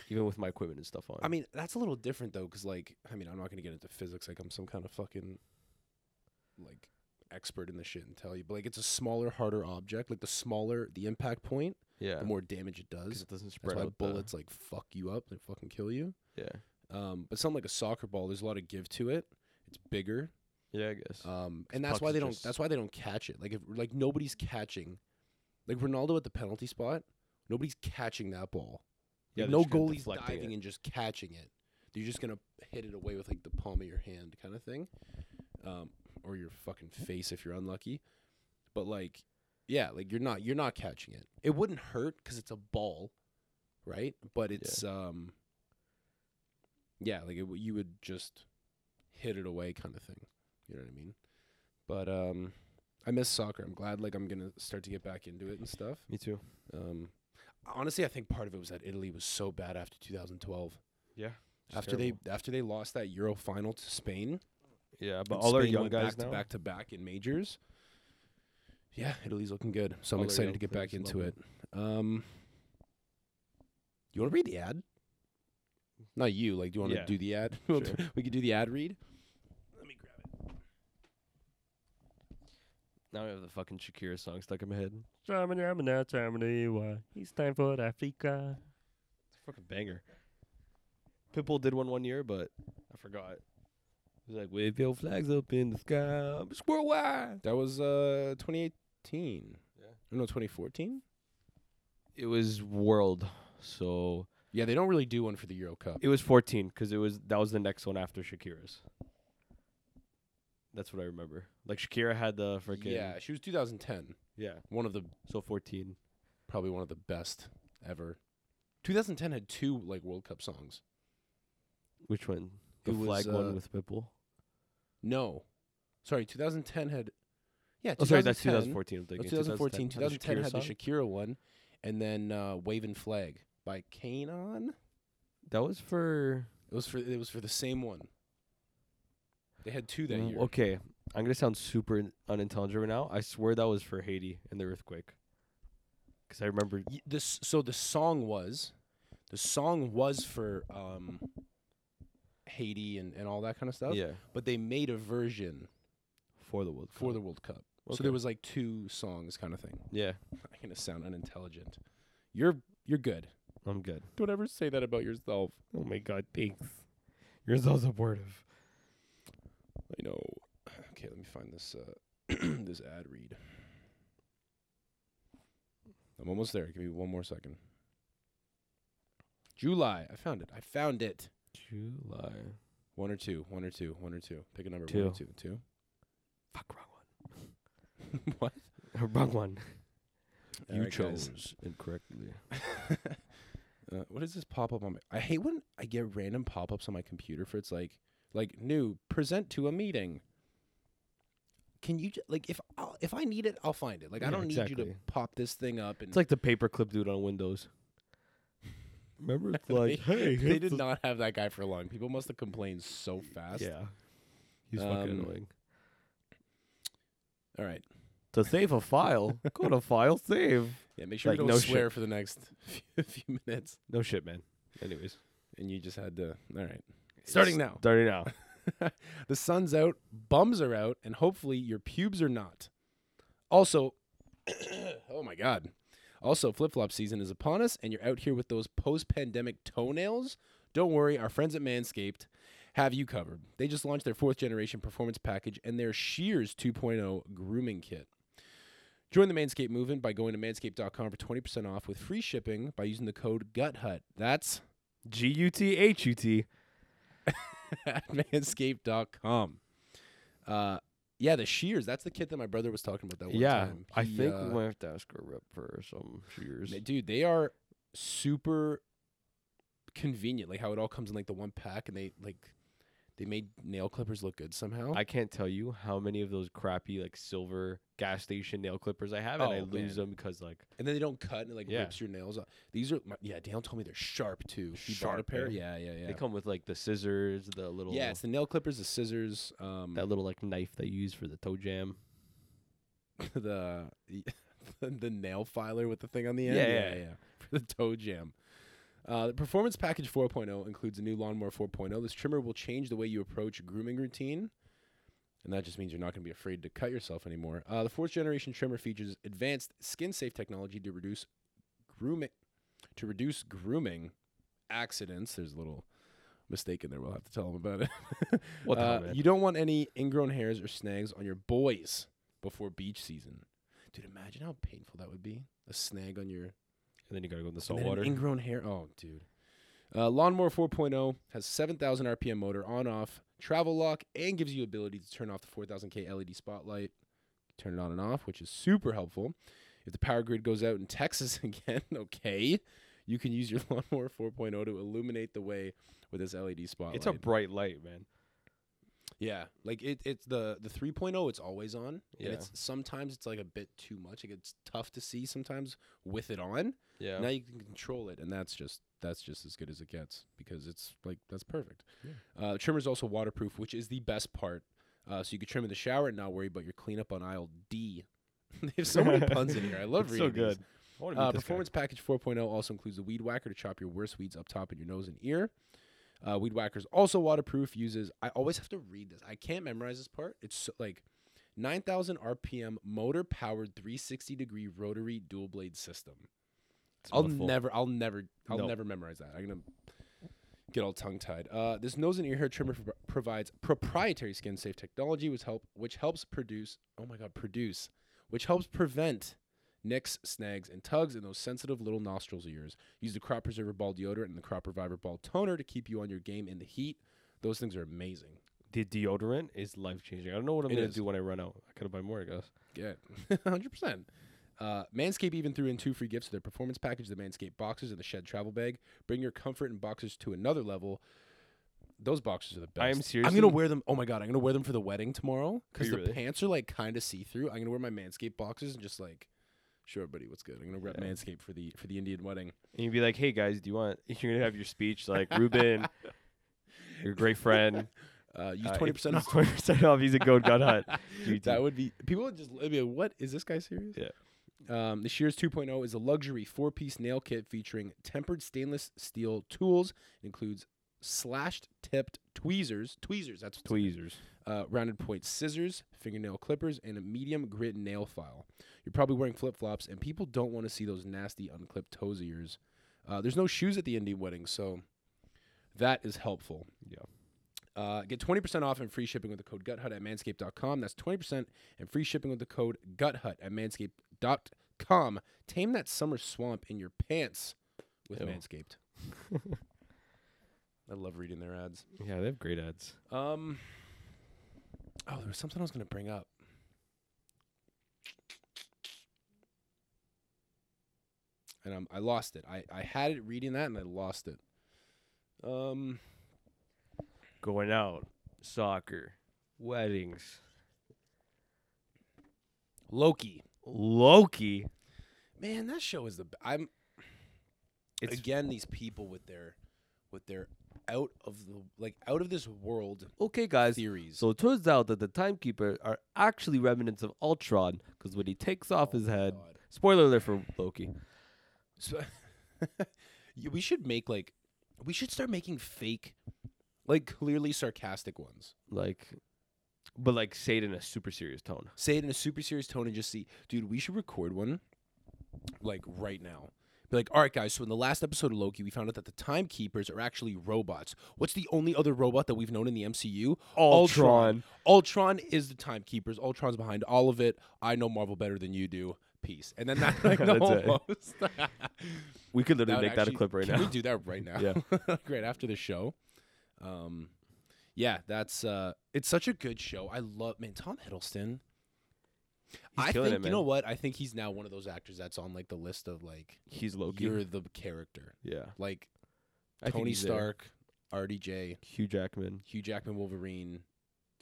Even with my equipment and stuff on.
I mean, that's a little different though, because like, I mean, I'm not gonna get into physics like I'm some kind of fucking like expert in this shit and tell you, but like, it's a smaller, harder object. Like the smaller the impact point,
yeah,
the more damage it does.
because it doesn't
That's
spread
why
out. the-
bullets like fuck you up and fucking kill you.
yeah,
Um, but something like a soccer ball, there's a lot of give to it. It's bigger,
yeah, I guess.
um,
'Cause
and that's
pucks
why
is
they don't.
just-
That's why they don't catch it. Like if like nobody's catching, like Ronaldo at the penalty spot, nobody's catching that ball.
yeah,
Like,
they're
no
just kinda
goalie's
deflecting
diving
it.
and just catching it. You're just gonna hit it away with like the palm of your hand, kind of thing, um, or your fucking face if you're unlucky. But like, yeah, like you're not you're not catching it. It wouldn't hurt because it's a ball, right? But it's um, yeah, like it, w- you would just hit it away, kind of thing. You know what I mean? But um, I miss soccer. I'm glad like I'm gonna start to get back into it and stuff.
Me too.
Um, honestly, I think part of it was that Italy was so bad after 2012.
Yeah.
After they after they lost that Euro final to Spain,
they, yeah, but
and
all our
Spain
young
went
guys
back
now.
to back to back in majors. Yeah, Italy's looking good. So I'm
All their
excited
young
to get back
players
into
love
it. Um, you want to read the ad? Not you. Like, do you want to
Yeah,
do the ad?
sure.
we could do the ad read.
Now I have the fucking Shakira song stuck in my head.
Germany, Germany, Germany, why? It's time for Africa.
It's a fucking banger. Pitbull did one one year, but I forgot. He's like, wave your flags up in the sky, squirrel wide.
That was uh 2018.
Yeah.
No, 2014.
It was world, so
Yeah, they don't really do one for the Euro Cup.
it was fourteen because it was that was the next one after Shakira's. That's what I remember. Like Shakira had the freaking
yeah, she was 2010.
yeah.
One of the
So fourteen.
probably one of the best ever. 2010 had two like World Cup songs.
Which one? The
It was,
flag
uh,
one with Pitbull.
No, sorry, 2010 had yeah.
Oh, sorry, that's
2010
2014. I'm
no,
thinking.
2014, 2010 had the
song?
Shakira one, and then uh, "Waving Flag" by Kane on.
That was for.
It was for it was for the same one. They had two that
Mm,
year.
Okay, I'm gonna sound super in- unintelligent right now. I swear that was for Haiti and the earthquake, because I remember.
Y- This so the song was, the song was for um, Haiti and, and all that kind of stuff.
Yeah,
But they made a version
for the world.
for
Cup.
the World Cup. So
Okay.
there was like two songs kind of thing.
Yeah,
I'm gonna sound unintelligent. You're you're good.
I'm good.
Don't ever say that about yourself.
Oh my god, thanks. You're so supportive.
I know. Okay, let me find this uh this ad read. I'm almost there. Give me one more second. July. I found it. I found it.
July.
One or two. One or two. One or two. Pick a number. One or two.
Two.
Two.
Fuck wrong
what?
one. wrong one.
All right, guys.
incorrectly.
Uh, what is this pop up on my? I hate when I get random pop ups on my computer for it's like, like new present to a meeting. Can you ju- like if I if I need it, I'll find it. Like I
Yeah,
don't need you to
exactly.
pop this thing up and
It's like the paperclip dude on Windows. Remember, it's like,
They
hey, hit
did
the-
not have that guy for long. People must have complained so fast.
Yeah, he's fucking
Um,
annoying.
All right.
To save a file, go to file save.
Yeah. Make sure
Like,
you don't
no shit.
swear for the next few, few minutes.
No shit, man. Anyways,
And you just had to. All right. Starting now.
starting now.
the sun's out, bums are out, and hopefully your pubes are not. Also, oh my God. Also, flip flop season is upon us, and you're out here with those post pandemic toenails. Don't worry, our friends at Manscaped have you covered. They just launched their fourth generation performance package and their Shears 2.0 grooming kit. Join the Manscaped movement by going to manscaped.com for 20% off with free shipping by using the code GUTHUT. That's
G U T H U T.
at manscaped.com. Uh, yeah, the shears. That's the kit that my brother was talking about that one
Yeah,
time.
I
He,
think
uh,
we might have to ask our rep for some shears.
they- dude, they are super convenient. Like how it all comes in like the one pack, and they like they made nail clippers look good somehow.
I can't tell you how many of those crappy like silver gas station nail clippers I have, and I
Oh,
lose
man.
them because like
and then they don't cut, and it like
Yeah.
rips your nails off. These are my, yeah. Dale told me they're sharp too. He bought a
Sharp,
pair.
yeah.
Yeah, yeah, yeah.
they come with like the scissors, the little
yeah, it's the nail clippers, the scissors, um,
that little like knife they use for the toe jam.
the the nail filer with the thing on the end.
Yeah, yeah.
For the toe jam. Uh, the performance package 4.0 includes a new lawnmower 4.0. This trimmer will change the way you approach grooming routine, and that just means you're not going to be afraid to cut yourself anymore. Uh, the fourth generation trimmer features advanced skin-safe technology to reduce grooming to reduce grooming accidents. There's a little mistake in there. We'll have to tell them about it.
What the hell,
Uh,
man?
you don't want any ingrown hairs or snags on your boys before beach season. Dude, imagine how painful that would be. A snag on your
And then you gotta go in the salt
and then an
water.
ingrown hair. Oh, dude. Uh, Lawnmower 4.0 has 7,000 RPM motor on off, travel lock, and gives you ability to turn off the 4000K LED E spotlight. Turn it on and off, which is super helpful. If the power grid goes out in Texas again, okay, you can use your Lawnmower 4.0 to illuminate the way with this LED spotlight.
It's a bright light, man.
Yeah, like it, it's the the 3.0. It's always on.
Yeah.
And it's sometimes it's like a bit too much. Like it's tough to see sometimes with it on.
Yeah.
Now you can control it, and that's just that's just as good as it gets because it's like that's perfect. Uh, trimmer is also waterproof, which is the best part. Uh, so you could trim in the shower and not worry about your cleanup on aisle D. they have so many puns in here. I love
It's
reading.
so
these.
good. I wanna meet
Uh,
this guy.
performance package 4.0 also includes the weed whacker to chop your worst weeds up top in your nose and ear. Uh, weed whacker is also waterproof. Uses I always have to read this. I can't memorize this part. It's so, like 9,000 RPM motor powered 360 degree rotary dual blade system.
It's a
I'll
mouthful.
never, I'll never, I'll
No.
never memorize that. I'm gonna get all tongue tied. Uh, this nose and ear hair trimmer pro- provides proprietary skin safe technology, which help, which helps produce. Oh my god, produce, which helps prevent nicks, snags, and tugs in those sensitive little nostrils of yours. Use the Crop Preserver Ball Deodorant and the Crop Reviver Ball Toner to keep you on your game in the heat. Those things are amazing.
The deodorant is life changing. I don't know what I'm
It
gonna
is.
do when I run out. I gotta buy more, I guess.
Yeah, hundred percent. Uh, Manscaped even threw in two free gifts to their performance package: the Manscaped boxers and the Shed travel bag. Bring your comfort and boxers to another level. Those boxers are the best.
I am
I'm gonna
seriously-
wear them. Oh my god, I'm gonna wear them for the wedding tomorrow because
you
the
really?
pants are like kind of see through. I'm gonna wear my Manscaped boxers and just like, sure, buddy, what's good? I'm gonna rep
Yeah.
Manscaped for the for the Indian wedding.
And you'd be like, hey guys, do you want you're gonna have your speech like Ruben, your great friend.
Uh, use
uh,
twenty percent
it's
off.
20% off. He's a goat gut hut.
that would be people would just they'd be like, what is this guy serious?
Yeah.
Um, the Shears 2.0 is a luxury four-piece nail kit featuring tempered stainless steel tools. It includes slashed tipped tweezers, tweezers. That's what's in it,
tweezers.
uh, rounded point scissors, fingernail clippers, and a medium grit nail file. You're probably wearing flip flops, and people don't want to see those nasty unclipped toes of yours. Uh, there's no shoes at the indie wedding, so that is helpful.
Yeah.
Uh, get 20% off and free shipping with the code GUTHUT at manscaped.com. That's 20% and free shipping with the code GUTHUT at manscaped.com. Tame that summer swamp in your pants with
Ew.
Manscaped. I love reading their ads.
Yeah, they have great ads.
Um. Oh, there was something I was going to bring up. And um, I lost it. I, I had it reading that and I lost it. Um,
Going out, soccer, weddings,
Loki.
Loki.
Man, that show is the. B- I'm.
It's
again these people with their with their out of the like out of this world
okay, guys.
theories.
So it turns out that the timekeeper are actually remnants of Ultron, because when he takes off his head,
Oh, God.
spoiler alert for Loki.
So, Yeah, we should make like we should start making fake, like clearly sarcastic ones.
like but like say it in a super serious tone
Say it in a super serious tone and just see, dude. We should record one, like right now. Be like, all right, guys. So in the last episode of Loki, we found out that the timekeepers are actually robots. What's the only other robot that we've known in the MCU? Ultron. Ultron is the timekeepers. Ultron's behind all of it. I know Marvel better than you do. Peace. And then that's like the
That's
whole
it.
most.
we could
That would
literally make that a
actually-
clip right
can
now
We do that right now.
Yeah.
right after the show. Um, yeah, that's uh, it's such a good show. I love man Tom Hiddleston. I
killing
think
it,
you know
man.
what? I think he's now one of those actors that's on like the list of like
he's loki
you're the character.
yeah
Like
I think
Tony
he's there.
Stark, RDJ,
hugh jackman
Hugh Jackman Wolverine.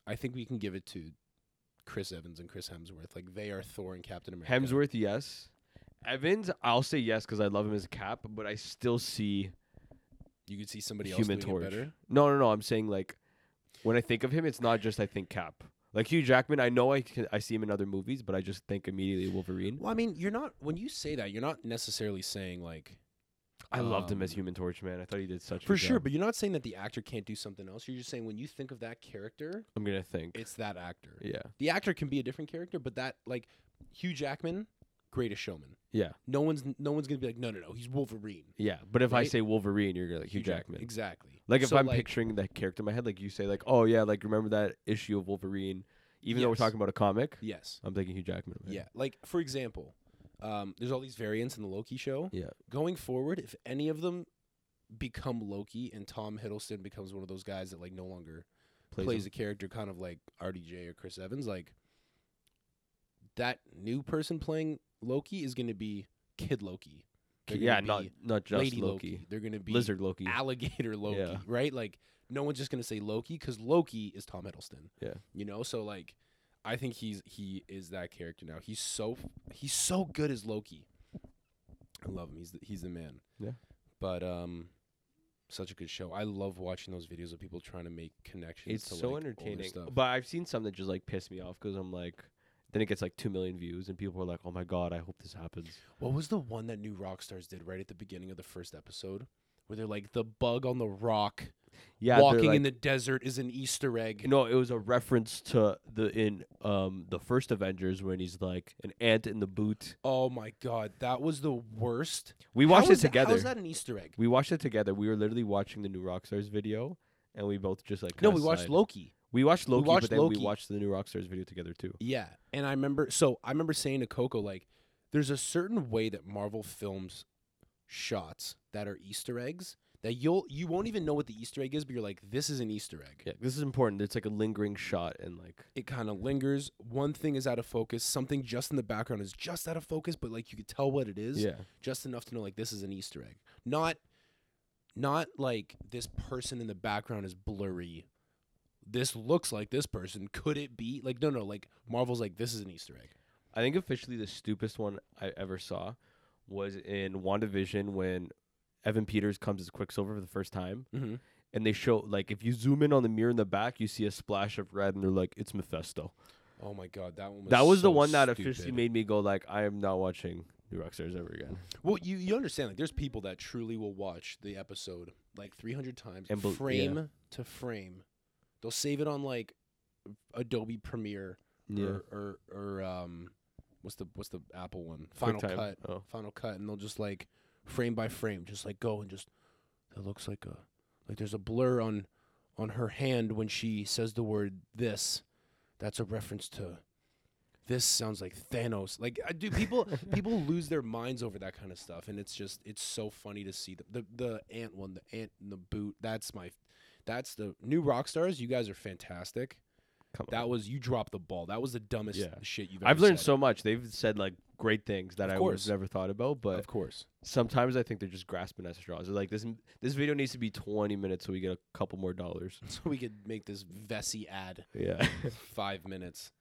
I think we can give it to Chris Evans and Chris Hemsworth. Like they are Thor and Captain America.
hemsworth yes evans i'll say yes because i love him as a cap but i still see
You could see somebody else
human
doing
torch
it better.
no no no i'm saying like when i think of him it's not just i think cap like hugh jackman i know i can i see him in other movies but i just think immediately wolverine
Well, I mean, you're not when you say that, you're not necessarily saying like
i loved him as
Um,
human torch man i thought he did such a
For
good
sure,
job.
but you're not saying that the actor can't do something else. You're just saying when you think of that character,
i'm gonna think
it's that actor.
yeah
The actor can be a different character, but that like Hugh Jackman, greatest showman.
yeah
No one's no one's gonna be like, no, no, no, he's Wolverine.
yeah but if i
Right?
say wolverine you're gonna like hugh
Jack-
jackman
exactly.
Like if
So,
I'm picturing that character in my head, like you say, like, oh yeah, like remember that issue of Wolverine? Even though we're
Yes.
talking about a comic,
yes,
I'm thinking Hugh Jackman.
yeah. Like for example, um, there's all these variants in the Loki show.
Yeah.
Going forward, if any of them become Loki and Tom Hiddleston becomes one of those guys that like no longer plays,
him.
a character kind of like RDJ or Chris Evans, like that new person playing Loki is going to be Kid Loki. They're
yeah,
gonna
not
be
not just
Lady Loki.
Loki,
They're going to be
Lizard Loki.
Alligator Loki,
Yeah.
right? Like no one's just going to say Loki because Loki is Tom Hiddleston.
Yeah.
you know, so like I think he's he is that character now. He's so he's so good as Loki. I love him. He's the, he's the man.
Yeah.
but um. Such a good show. I love watching those videos of people trying to make connections.
It's
to,
so
like, older
entertaining.
stuff.
But I've seen some that just like piss me off because I'm like, then it gets like two million views and people are like, oh my god, I hope this happens.
What was the one that new rock stars did right at the beginning of the first episode? Where they're like the bug on the rock
Yeah,
walking in the desert is an Easter egg.
No, it was a reference to the in um the first Avengers when he's like an ant in the boot.
Oh my god, that was the worst.
We watched
How
it
is that- How
together.
is that an Easter egg?
We watched it together. We were literally watching the new Rockstars video, and we both just like
No,
kinda
we watched
sighed.
Loki.
We watched Loki,
watched
but then
Loki.
we watched the new Rockstars video together too.
Yeah, and I remember. So I remember saying to Coco like, "There's a certain way that Marvel films shots that are Easter eggs that you'll you won't even know what the Easter egg is, but you're like, this is an Easter egg.
Yeah, this is important. It's like a lingering shot, and like
it kind of lingers. One thing is out of focus. Something just in the background is just out of focus, but like you could tell what it is,
yeah,
just enough to know like this is an Easter egg. Not, not like this person in the background is blurry. This looks like this person. Could it be like no, no? Like Marvel's like this is an Easter egg.
I think officially the stupidest one I ever saw was in WandaVision when Evan Peters comes as Quicksilver for the first time,
Mm-hmm.
and they show like if you zoom in on the mirror in the back, you see a splash of red, and they're like, "It's Mephisto."
Oh my god, that one. Was
that was the
so
one that officially
stupid.
made me go like, "I am not watching new Rockstars ever again."
Well, you you understand like there's people that truly will watch the episode like 300 times,
And bel- yeah.
frame to frame. They'll save it on like Adobe Premiere or or, or um, what's the what's the Apple one? Final
QuickTime.
Cut,
Oh.
Final Cut, and they'll just like frame by frame, just like go and just it looks like a like there's a blur on on her hand when she says the word this. That's a reference to this sounds like Thanos. Like I do people people lose their minds over that kind of stuff, and it's just it's so funny to see the the, the ant one, the ant in the boot. That's my that's the new rock stars. You guys are fantastic.
Come on.
That was you dropped the ball. That was the dumbest
Yeah.
shit you've. ever
I've learned
said.
so much. They've said like great things that
Of
I would
course.
have never thought about, but
Of course,
sometimes I think they're just grasping at straws. They're like, this this video needs to be 20 minutes so we get a couple more dollars.
so we could make this Vessi ad
Yeah.
five minutes,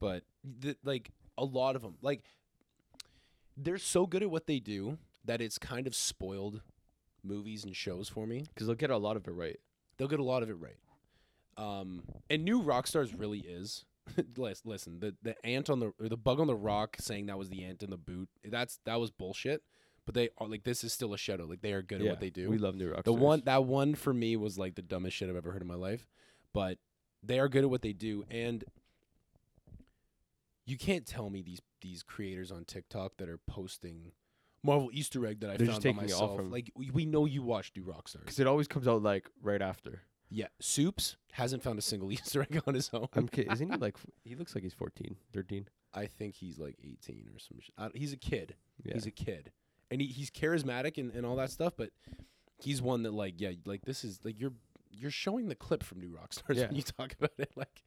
but th- like a lot of them, like they're so good at what they do. that it's kind of spoiled movies and shows for me.
because they'll get a lot of it right.
They'll get a lot of it right. Um, and new rock stars really is. Lis- Listen, the the ant on the or the bug on the rock saying that was the ant in the boot. That's that was bullshit. But they are like this is still a shadow. Like they are good at what they do.
We love new rock.
The one that one for me was like the dumbest shit I've ever heard in my life. But they are good at what they do, and you can't tell me these these creators on TikTok that are posting Marvel Easter egg that I
They're just
found by
taking it all
myself.
from-
Like we, we know you watch Do Rockstars.
because it always comes out like right after.
Yeah, Soups hasn't found a single Easter egg on his own.
I'm kidding. Isn't he like? f- He looks like he's 14, 13.
I think he's like 18 or some shit. I- He's a kid.
Yeah.
He's a kid, and he, he's charismatic and, and all that stuff. But he's one that like yeah, like this is like you're you're showing the clip from New Rockstars
Yeah.
when you talk about it. Like,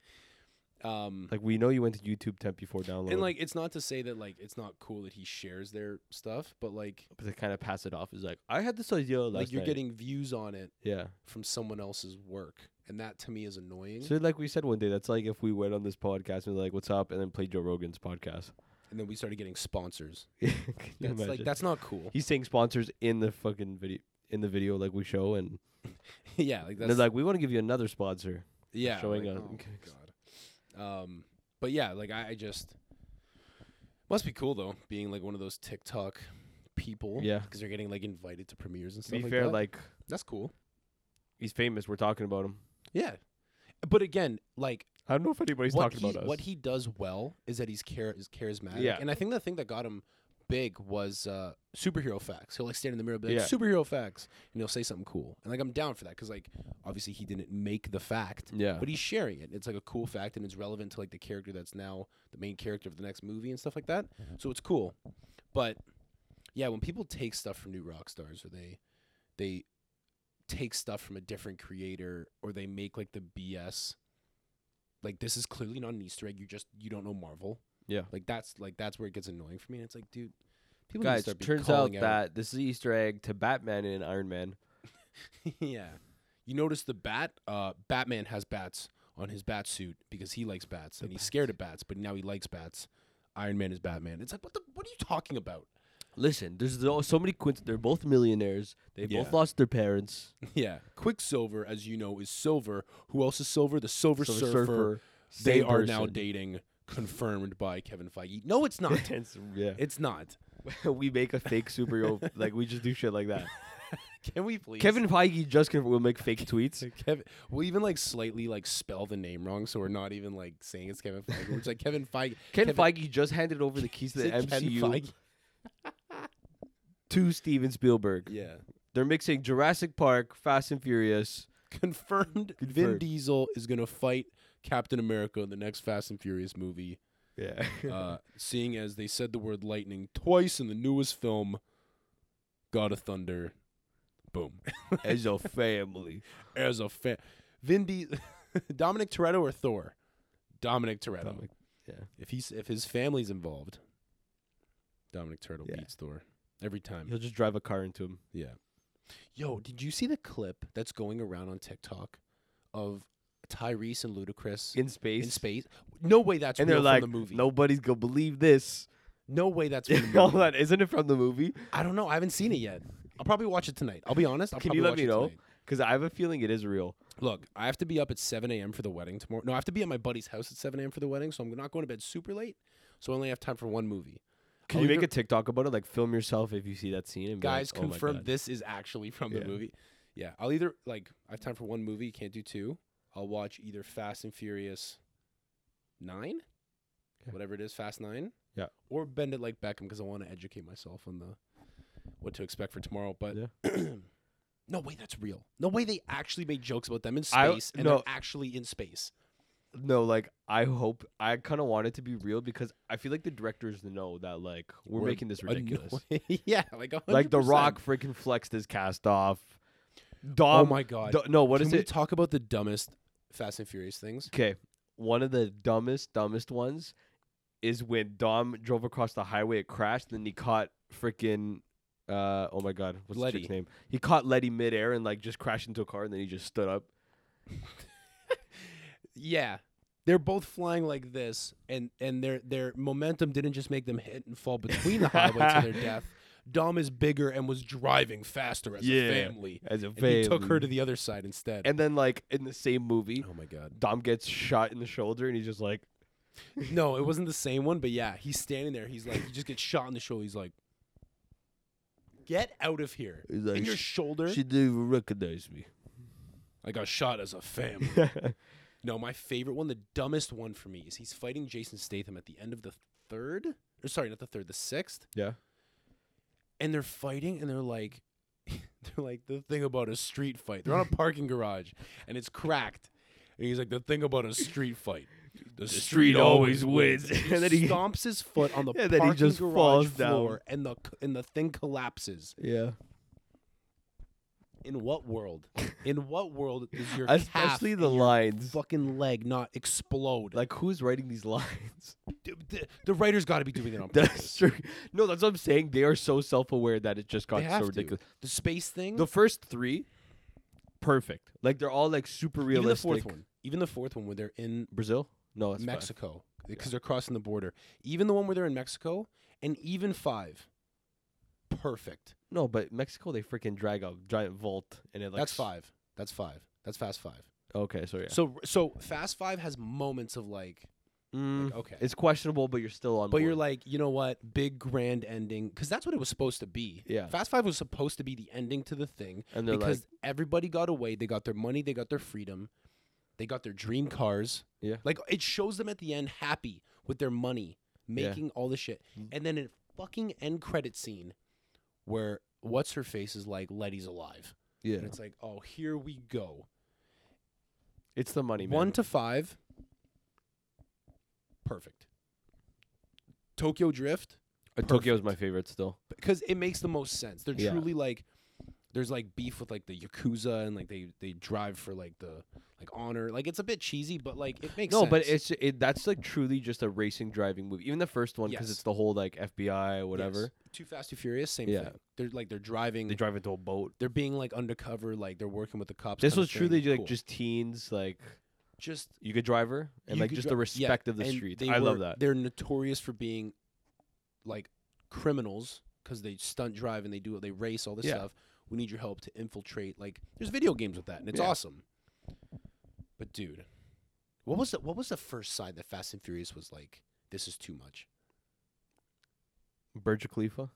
um,
like we know you went to YouTube temp before download,
and like it's not to say that like it's not cool that he shares their stuff, but like
but they kind of pass it off as like I had this idea last
like you're
night."
getting views on it
yeah.
from someone else's work, and that to me is annoying.
So like we said one day, that's like if we went on this podcast and we're like, "What's up?" and then played Joe Rogan's podcast.
and then we started getting sponsors.
Can you
That's like
imagine?
that's not cool.
he's saying sponsors in the fucking video in the video like we show and
yeah, like
they're
that's
like we want to give you another sponsor
yeah
showing
like,
up.
Oh my god. Um, but yeah, like I, I just must be cool though, being like one of those TikTok people.
Yeah.
because they're getting like invited to premieres and
to
stuff.
be
like
fair
that.
like
that's cool.
he's famous we're talking about him
Yeah, but again, like
i don't know if anybody's
what
talking
he,
about us
what he does well is that he's char- is charismatic.
Yeah.
and I think the thing that got him big was uh superhero facts. He'll like stand in the mirror, and be like
Yeah.
superhero facts, and he'll say something cool. And like I'm down for that because like obviously he didn't make the fact.
yeah
but he's sharing it. It's like a cool fact, and it's relevant to like the character that's now the main character of the next movie and stuff like that.
Mm-hmm.
So it's cool. But yeah, when people take stuff from new rock stars, or they they take stuff from a different creator, or they make like the BS, like this is clearly not an Easter egg. You just you don't know Marvel.
Yeah.
like that's like that's where it gets annoying for me. And it's like, dude, people need to
guys
start be
turns out
calling
that this is easter egg to batman and iron man
yeah. You notice the bat? Uh, Batman has bats on his bat suit because he likes bats and he's scared of bats, but now he likes bats. Iron Man is Batman. It's like what the what are you talking about?
listen there's so so many coinc- they're both millionaires they
Yeah.
both lost their parents
yeah. Quicksilver, as you know, is Silver. Who else is Silver? The Silver,
Silver
Surfer. They
same
are now
person.
dating, confirmed by Kevin Feige. No, it's not.
It's- yeah
it's not.
we make a fake superhero like we just do shit like that
Can we please?
kevin feige just can will make fake tweets
Kevin, we'll even like slightly like spell the name wrong, so we're not even like saying it's Kevin Feige. We're just like Kevin Feige.
Ken
Kevin-
Feige just handed over the keys to
Is
the
it Ken
MCU
Feige?
to Steven Spielberg.
Yeah.
They're mixing Jurassic Park, Fast and Furious.
confirmed Vin
Confirmed.
Diesel is going to fight Captain America in the next Fast and Furious movie.
Yeah.
Uh, seeing as they said the word lightning twice in the newest film, God of Thunder. Boom.
As a family.
As a fan. Vin Diesel. Dominic Toretto or Thor? Dominic Toretto.
Dominic, yeah.
If, he's, if his family's involved, Dominic Toretto
Yeah.
beats Thor every time.
He'll just drive a car into him.
Yeah. Yo, did you see the clip that's going around on TikTok of Tyrese and Ludacris
In space.
in space? No way that's
And
real
they're like,
from the movie.
nobody's going to believe this.
no way that's from the
All
movie.
that, isn't it from the movie?
I don't know. I haven't seen it yet. I'll probably watch it tonight. I'll be honest. I'll
Can
probably
you let
watch
me
it
know?
tonight.
Because I have a feeling it is real.
Look, I have to be up at 7 a.m. for the wedding tomorrow. No, I have to be at my buddy's house at 7 a.m. for the wedding, so I'm not going to bed super late. So I only have time for one movie.
Can
I'll
you
leave
make
it-
a TikTok about it? Like, film yourself if you see that scene. And be
guys
like, oh my
confirm
God.
this is actually from
Yeah.
the movie. Yeah, I'll either like I have time for one movie, can't do two. I'll watch either Fast and Furious nine,
Okay.
whatever it is, Fast Nine.
Yeah.
or Bend It Like Beckham because I want to educate myself on the what to expect for tomorrow. But no way, that's real. No way they actually made jokes about them in
I-
space and
no.
they're actually in space.
No, like, I hope. I kind of want it to be real because I feel like the directors know that, like, we're,
We're
making this
Uh, no
ridiculous.
way. yeah, like 100%.
Like The Rock um, freaking flexed his cast off.
Oh
Dom,
my god!
Do- no, what
Can
is
we
it?
talk about the dumbest Fast and Furious things?
Okay, one of the dumbest, dumbest ones is when Dom drove across the highway, it crashed, and then he caught freaking. Uh, oh my God, what's the
Letty.
chick's name? He caught Letty midair and like just crashed into a car, and then he just stood up.
Yeah. They're both flying like this and and their their momentum didn't just make them hit and fall between the highway to their death. Dom is bigger and was driving faster as
Yeah.
a family.
as a
And he took her to the other side instead.
and then like in the same movie,
oh my god.
Dom gets shot in the shoulder, and he's just like,
No, it wasn't the same one, but yeah, he's standing there. He's like, he just gets shot in the shoulder. He's like, get out of here.
he's
In
like
your shoulder.
didn't even recognize me.
I got shot as a family. No, my favorite one, the dumbest one for me, is he's fighting Jason Statham at the end of the third, or sorry, not the third, the sixth.
Yeah.
And they're fighting, and they're like, they're like the thing about a street fight. They're on a parking garage, and it's cracked. And he's like, the thing about a street fight, the,
street always wins.
He
And then he-
stomps his foot on the
And
parking
then he just
garage
falls down.
floor, and the and the thing collapses.
yeah,
In what world? In what world does your
especially
calf
the
and your
lines.
fucking leg not explode?
Like who's writing these lines?
the, the, the writer's got to be doing it on
That's
purpose.
true. No, that's what I'm saying. They are so self-aware that it just got
They
so
have to. Mm.
ridiculous.
The space thing,
The first three, perfect. Like they're all like super
even the
realistic.
fourth one, even the fourth one where they're in
Brazil? No, it's Mexico.
Mexico because they're crossing the border, even the one where they're in Mexico, and even five, perfect.
No, but Mexico they freaking drag a giant vault and it like
That's
s-
five. That's five. That's Fast Five.
Okay, so yeah,
So so Fast Five has moments of like,
Mm,
like, okay,
it's questionable, but you're still on.
but
board.
you're like you know what, big grand ending because that's what it was supposed to be.
Yeah.
Fast Five was supposed to be the ending to the thing,
and they're
because
like,
everybody got away. They got their money. They got their freedom. They got their dream cars.
Yeah.
Like it shows them at the end happy with their money,
Yeah. Mm.
making all the shit. And then a fucking end credit scene where what's her face is like Letty's alive.
yeah,
And it's like, oh, here we go.
it's the money. Man.
One to five. Perfect. Tokyo Drift.
Uh, Tokyo's my favorite still.
because it makes the most sense. They're
Yeah.
truly like there's like beef with like the yakuza and like they they drive for like the like honor. Like it's a bit cheesy, but like it makes
no,
sense.
but it's it, that's like truly just a racing driving movie. Even the first one because
Yes.
it's the whole like FBI
Yes.
whatever.
Too fast, too furious. Same
Yeah.
thing. They're like they're driving.
They drive into a boat.
They're being like undercover. Like they're working with the cops.
This
kinda
was
thing.
truly like
Cool.
just teens, like
just
you could driver and
you
like
could
just
dri-
the
yeah,
respect of the
and
streets.
they
I love
were-
that.
They're notorious for being like criminals because they stunt drive and they do they race all this
Yeah.
stuff. We need your help to infiltrate. Like there's video games with that, and it's
Yeah.
awesome. But dude, what was the what was the first sign that Fast and Furious was like? This is too much.
Burj Khalifa.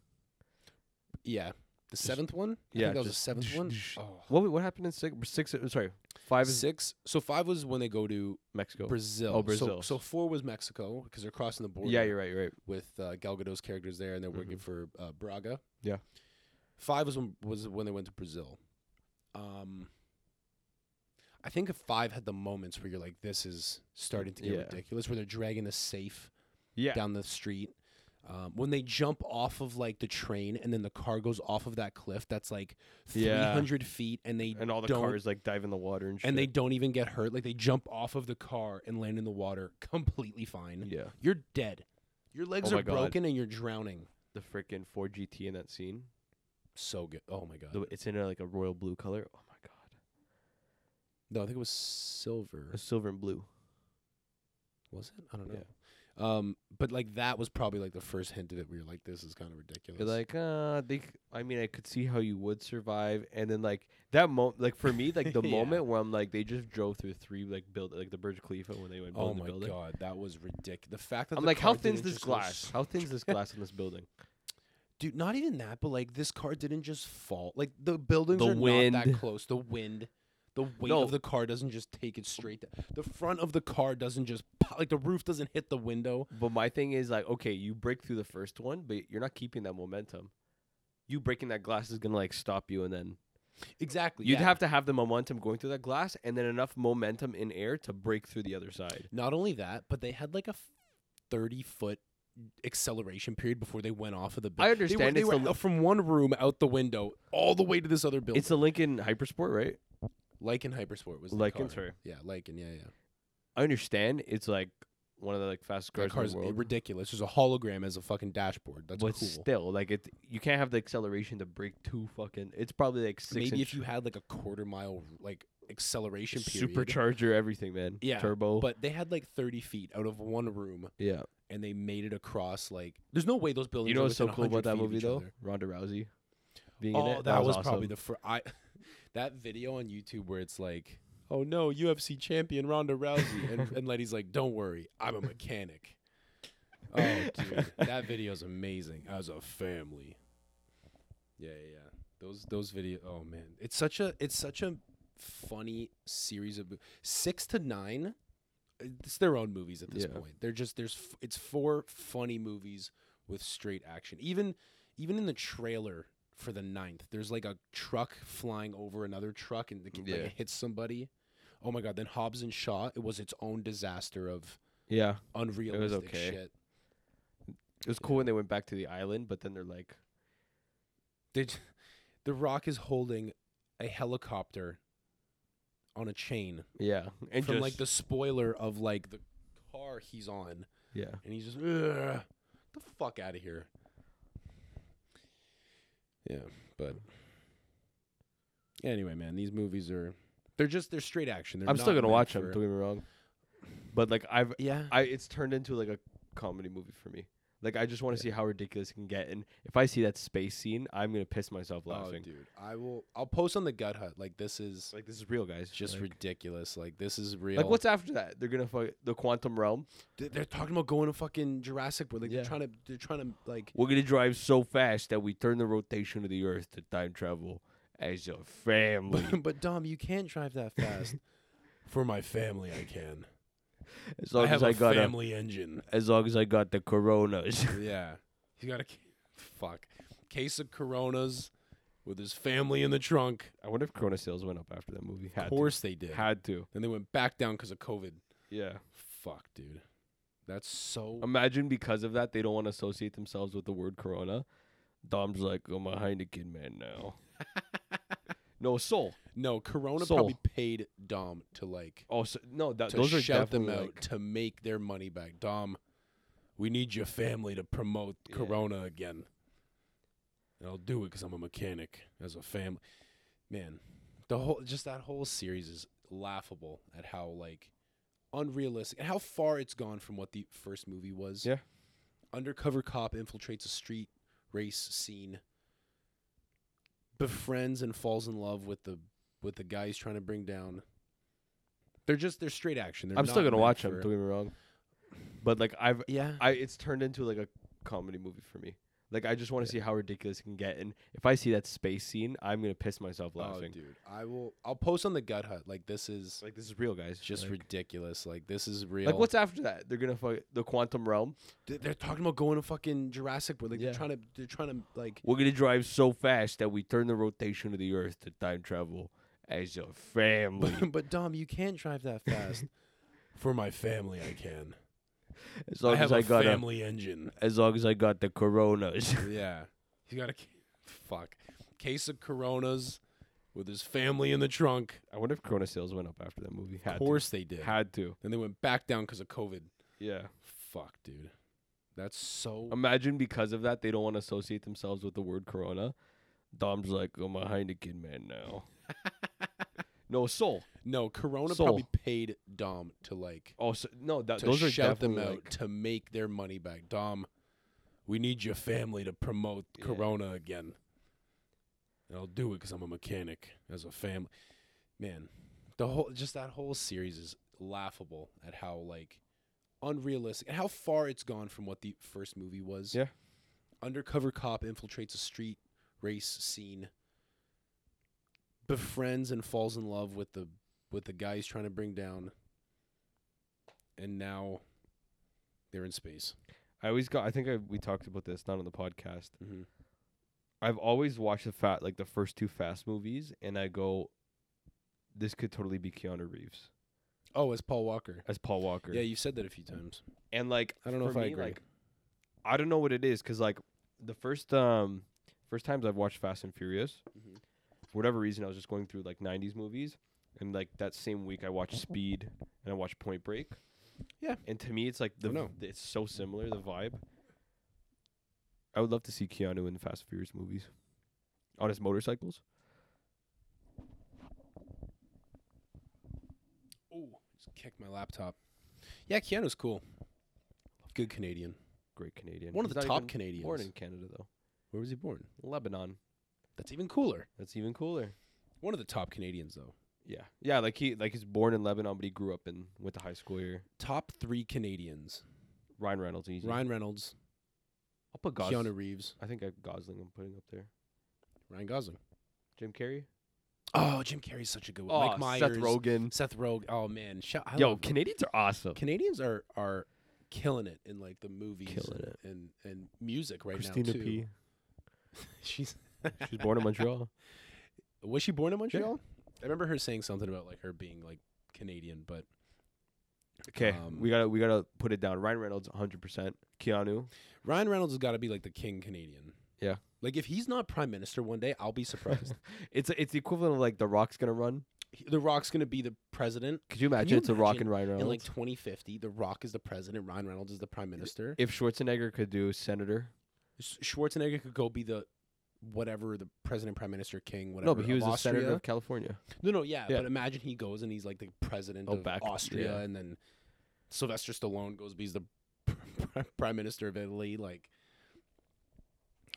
Yeah, the seventh one. I
yeah,
think that was the
just
seventh one. Oh.
What what happened in six? Six. uh, Sorry, five is
Six. So five was when they go to
Mexico.
Brazil.
Oh,
So-
Brazil.
So, four was Mexico because they're crossing the border.
Yeah, you're right. You're right.
with uh, Gal Gadot's characters there, and they're working for uh, Braga.
Mm-hmm. Yeah.
five was when, was when they went to Brazil. Um, I think if five had the moments where you're like, "This is starting to get
Yeah.
ridiculous," where they're dragging the safe
Yeah.
down the street. Um, when they jump off of like the train and then the car goes off of that cliff that's like
Yeah.
300 feet and they
and all the
don't,
cars like dive in the water and shit.
and they don't even get hurt like they jump off of the car and land in the water completely fine
yeah
you're dead. Your legs
Oh my
are
God.
broken and you're drowning.
the freaking Ford GT in that scene.
So good. Oh my god.
The- it's in a, like a royal blue color. Oh my god,
no, I think it was silver.
a silver and blue.
Was it? I don't know.
Yeah.
Um, but like that was probably like the first hint of it. where you are like, this is kind of ridiculous.
You're like, uh, they. c- I mean, I could see how you would survive, and then like that moment, like for me, like the
Yeah.
moment where I'm like, they just drove through three like build like the Burj Khalifa when they went.
oh
building
my
the building.
god, that was ridiculous. The fact that
I'm
the
like, how
car
thin's
didn't
this
just go
glass?
s-
How thin's this glass in this building?
Dude, not even that, but like this car didn't just fall. Like the buildings
The
are not
wind.
that close. The wind. The weight
No.
of the car doesn't just take it straight. Down. The front of the car doesn't just pop, like the roof doesn't hit the window.
But my thing is like, okay, you break through the first one, but you're not keeping that momentum. You breaking that glass is gonna like stop you, and then
Exactly.
you'd
yeah.
have to have the momentum going through that glass, and then enough momentum in air to break through the other side.
Not only that, but they had like a f- thirty foot acceleration period before they went off of the. bu-
I
They were-
understand
They
it's
were,
the-
out from one room out the window all the way to this other building.
It's a Lincoln Hypersport, right?
Lycan Hypersport was the
Lycan,
car.
sorry.
Yeah, Lycan. Yeah, yeah.
I understand it's like one of the like fastest
That
cars,
car's
in the world,
ridiculous. There's a hologram as a fucking dashboard. That's
but
cool.
still, like it, you can't have the acceleration to break two fucking. It's probably like six.
Maybe
inch-
if you had like a quarter mile like acceleration period.
supercharger everything, man.
Yeah,
turbo.
But they had like 30 feet out of one room,
yeah,
and they made it across. Like, there's no way those buildings.
you know
are
what's so
within
cool about
100
that
feet of
movie
each
though?
other.
Ronda Rousey being
Oh,
in it.
that, was, probably
awesome.
the first. I that video on YouTube where it's like, oh no, UFC champion Ronda Rousey, and and Letty's like, don't worry, I'm a mechanic. oh, dude, that video's amazing. As a family. Yeah, yeah, yeah. Those those video. Oh man, it's such a it's such a funny series of mo- six to nine. It's their own movies at this
Yeah.
point. They're just there's f- it's four funny movies with straight action. Even even in the trailer for the ninth, there's like a truck flying over another truck and the, like
Yeah.
it hits somebody. Oh my god! Then Hobbs and Shaw. It was its own disaster of
yeah.
unrealistic
okay.
shit.
It was cool when they went back to the island, but then they're like,
Did the Rock is holding a helicopter on a chain
yeah, and
from
just,
like the spoiler of like the car he's on,
yeah.
and he's just "Ugh, the fuck out of here. Yeah, but anyway, man, these movies are they're just they're straight action. They're
I'm still
not
gonna
meant
watch them.
for-
Don't get me wrong, but like I've
Yeah,
I it's turned into like a comedy movie for me. Like I just want to see how ridiculous it can get, and if I see that space scene, I'm gonna piss myself
oh,
laughing.
dude, I will. I'll post on the Gut Hut. Like this is
like this is real, guys.
just
like,
ridiculous. Like this is real.
like what's after that? They're gonna fuck the quantum realm.
They- They're talking about going to fucking Jurassic World. Like
Yeah.
they're trying to, they're trying to like.
We're gonna drive so fast that we turn the rotation of the Earth to time travel as a family.
But, but Dom, you can't drive that fast. For my family, I can.
As long as I got a,
engine.
as long as I got the coronas.
yeah, he's got a ca- fuck case of Coronas with his family in the trunk.
I wonder if Corona sales went up after that movie. Had
of course they did.
to. had to.
Then they went back down because of COVID.
Yeah.
Fuck, dude. That's so.
Imagine because of that they don't want to associate themselves with the word Corona. Dom's like, I'm a Heineken man now. no soul.
no, Corona
Soul.
probably paid Dom to like
Oh so, no, that,
to
those are
shout them out
definitely, like-
to make their money back. Dom, we need your family to promote
Yeah.
Corona again. And I'll do it because I'm a mechanic as a family. Man, the whole just that whole series is laughable at how like unrealistic and how far it's gone from what the first movie was.
Yeah.
Undercover cop infiltrates a street race scene, befriends and falls in love with the with the guy he's trying to bring down. They're just they're straight action. They're
I'm still
not
gonna
meant
watch
for-
them. Don't get me wrong, but like I've
Yeah.
I it's turned into like a comedy movie for me. Like I just want to see how ridiculous it can get, and if I see that space scene, I'm gonna piss myself
Oh,
laughing.
dude, I will. I'll post on the Gut Hut. Like this is
like this is real, guys.
just
like,
ridiculous. Like this is real.
like what's after that? They're gonna fuck the quantum realm.
They- They're talking about going to fucking Jurassic World. Like
Yeah.
they're trying to. They're trying to like.
We're gonna drive so fast that we turn the rotation of the Earth to time travel as a family.
But, but Dom, you can't drive that fast. For my family, I can.
As long as
a
Oh, I got a,
engine.
as long as I got the coronas.
Yeah, he's got a ca- fuck case of Coronas with his family in the trunk.
I wonder if Corona sales went up after that movie. Had
Of course they did.
to. had to.
Then they went back down because of COVID.
Yeah.
Fuck, dude. That's
Um,
so.
Imagine because of that they don't want to associate themselves with the word Corona. Dom's like, I'm a Heineken man now. no soul.
no, Corona
Soul.
probably paid Dom to like
Oh so, no, that
to
those are
shout them
definitely
out
like-
to make their money back. Dom, we need your family to promote
Yeah.
Corona again. And I'll do it because I'm a mechanic as a family. Man, the whole just that whole series is laughable at how like unrealistic and how far it's gone from what the first movie was.
Yeah.
Undercover cop infiltrates a street race scene, befriends and falls in love with the with the guy he's trying to bring down. And now they're in space.
I always got I think I, we talked about this not on the podcast.
Mm-hmm.
I've always watched the fat like the first two Fast movies and I go this could totally be Keanu Reeves
Oh, as Paul Walker.
as Paul Walker.
Yeah, you've said that a few times.
And like,
I don't know
for
if I
me,
agree.
Like, I don't know what it is because like the first um first times I've watched Fast and Furious,
Mhm.
for whatever reason, I was just going through like '90s movies, and like that same week I watched Speed and I watched Point Break.
Yeah.
And to me, it's like the
Oh, no.
v- it's so similar the vibe. I would love to see Keanu in the Fast and Furious movies, on his motorcycles.
Just kicked my laptop. Yeah, Keanu's cool. Good Canadian.
Great Canadian.
One of
He's
the
not
top
even
Canadians.
Born in Canada though.
Where was he born?
Lebanon.
That's even cooler.
That's even cooler.
One of the top Canadians though.
Yeah. Yeah, like he like he's born in Lebanon, but he grew up and went to high school here.
Top three Canadians:
Ryan Reynolds, easy.
Ryan Reynolds,
I'll put Gosling.
Keanu Reeves,
I think I Gosling I'm putting up there.
Ryan Gosling.
Jim Carrey.
Oh, Jim Carrey's such a good one. Mike Myers,
Seth Rogen.
Oh, Seth Rogen. Oh man, Sh- I
Yo,
love him.
Canadians are awesome.
Canadians are are killing it in like the movies
Killing it.
and and music right
Christina
now too.
P.
She's
She's born in Montreal.
was she born in Montreal? I remember her saying something about like her being like Canadian, but
Okay,
Um,
we gotta we gotta put it down. Ryan Reynolds, 100. percent Keanu,
Ryan Reynolds has got to be like the king Canadian.
Yeah.
Like if he's not prime minister one day, I'll be surprised.
it's it's the equivalent of like The Rock's gonna run.
He- the Rock's gonna be the president
Could you imagine
you
it's a Rock
imagine
and Ryan Reynolds?
in like 2050. The Rock is the president. Ryan Reynolds is the prime minister.
if Schwarzenegger could do senator,
Sch- Schwarzenegger could go be the whatever the president, prime minister, king, whatever.
no, but he
of
was a
Austria.
senator of California.
No, no, yeah,
Yeah.
But imagine he goes and he's like the president
Oh,
of
back-
Austria,
yeah.
and then Sylvester Stallone goes, he's the prime minister of Italy. Like,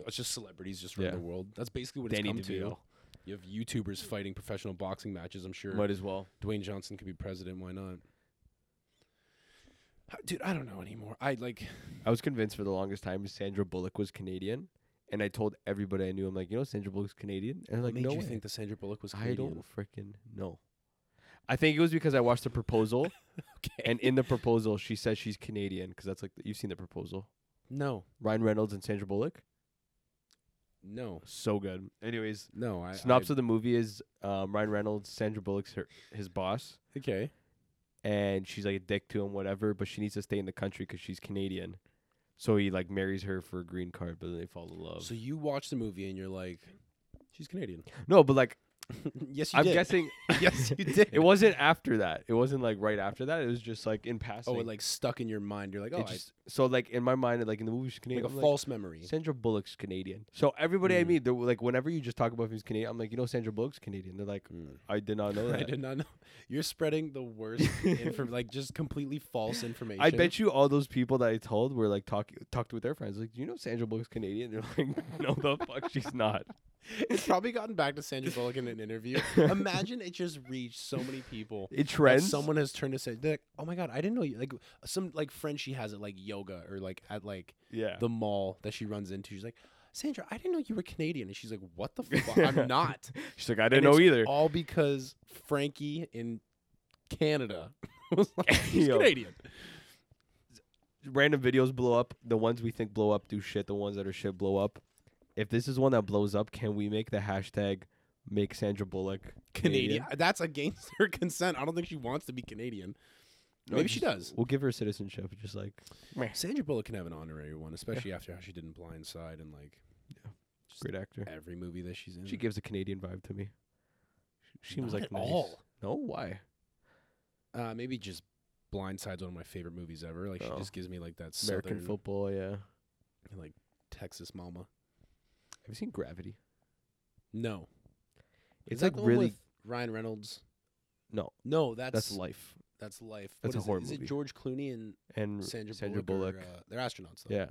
it's just celebrities just run
Yeah.
the world. That's basically what
Danny
it's come
DeVito
to. You have YouTubers fighting professional boxing matches. I'm sure
might as well.
Dwayne Johnson could be president. Why not? H- Uh, Dude, I don't know anymore. I like.
I was convinced for the longest time Sandra Bullock was Canadian, and I told everybody I knew. I'm like, you know, Sandra Bullock's Canadian, and they're
What
like,
made
no
you
way.
think that Sandra Bullock was
I
Canadian?
don't freaking know. I think it was because I watched the proposal, and in the proposal she says she's Canadian because that's like the, you've seen the proposal.
No,
Ryan Reynolds and Sandra Bullock.
no,
So good. Anyways,
no. I,
synopsis of the movie is um, Ryan Reynolds, Sandra Bullock's her, his boss,
I, okay.
and she's like a dick to him, whatever. But she needs to stay in the country because she's Canadian. So he like marries her for a green card, but then they fall in love.
So you watch the movie and you're like, she's Canadian.
no, but like
yes, you
I'm
did.
guessing
yes, you did.
it wasn't after that. It wasn't like right after that. It was just like in passing.
Oh, it like stuck in your mind. You're like, oh,
It just- so like in my mind, like in the movie,
I,
she's
like
Canadian.
a
I'm
false memory.
Sandra Bullock's Canadian. So everybody I
Mm.
meet, they're like, whenever you just talk about if he's Canadian, I'm like, you know, Sandra Bullock's Canadian. They're like, I did not know that.
I did not know. Hmm. You're spreading the worst, info- like just completely false information.
I bet you all those people that I told were like talk talked with their friends. Like, do you know Sandra Bullock's Canadian? They're like, no, the fuck, she's not.
it's probably gotten back to Sandra Bullock in an interview. Imagine it just reached so many people.
It
that
trends.
Someone has turned to say, they're like, "Oh my god, I didn't know you." Like some like friend she has at like yoga or like at like
yeah.
the mall that she runs into. She's like, "Sandra, I didn't know you were Canadian," and she's like, "What the fuck? I'm not."
she's like, I didn't
And
know
it's
either.
All because Frankie in Canada was like, he's
Yo.
Canadian.
Random videos blow up. The ones we think blow up do shit. The ones that are shit blow up. If this is one that blows up, can we make the hashtag make Sandra Bullock
Canadian. That's against her consent. I don't think she wants to be Canadian.
No,
Maybe she
just-
does.
We'll give her citizenship. Just like
Sandra Bullock can have an honorary one, especially after how she did in Blindside and like
great actor.
every movie that she's in.
She gives a Canadian vibe to me. She seems
Not
like
at
nice.
all.
No, why?
uh, maybe just Blindside's one of my favorite movies ever. Like she
Oh.
just gives me like that
American
southern,
football. Yeah. Have
like Texas mama.
you seen Gravity?
No, Is
It's
that
like
the one
really
with Ryan Reynolds.
No.
no, that's
that's life
that's life. What
that's a
is it?
horror
Is
movie.
it George Clooney and
and
Sandra,
Sandra,
Bullock?
Bullock.
or, uh, they're astronauts. Though.
yeah,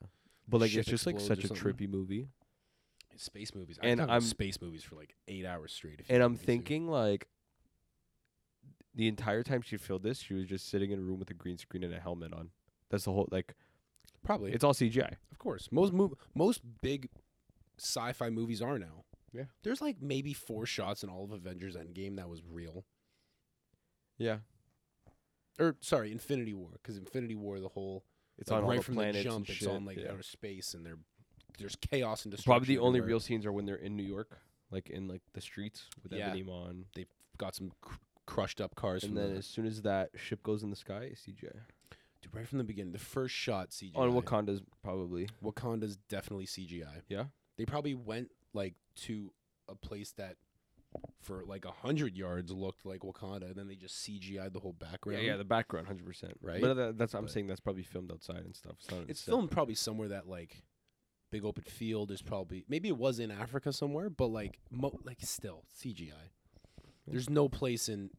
but like
Ship
it's just like
explodes
such
or
a
something.
trippy movie,
space movies.
And
And I'm
I'm-
space movies for like eight hours straight. if you
and
know
I'm
me too.
thinking like the entire time she filmed this, she was just sitting in a room with a green screen and a helmet on. That's the whole like
probably
it's all CGI.
Of course, most mov- most big sci-fi movies are now.
Yeah.
there's like maybe four shots in all of Avengers Endgame that was real,
Yeah,
or sorry, Infinity War, because Infinity War, the whole
it's
like,
on all
right
the
from
planets
the jump,
and
it's
shit.
on like
yeah.
outer space, and there there's chaos and destruction.
Probably the only
everywhere.
real scenes are when they're in New York, like in like the streets with
Yeah.
Ebony Maw on.
They've got some cr- crushed up cars,
And
from
then
the,
as soon as that ship goes in the sky, it's CGI.
dude, right from the beginning, the first shot CGI.
On Wakanda's probably.
Wakanda's definitely CGI.
Yeah.
they probably went like to a place that for like a hundred yards looked like Wakanda, and then they just CGI'd the whole background.
Yeah, yeah, the background, hundred percent.
Right?
But that, that's I'm
But-
saying that's probably filmed outside and stuff. It's, not in
it's
set.
filmed probably somewhere that like big open field is probably maybe it was in Africa somewhere, but like mo- like still CGI. There's no place in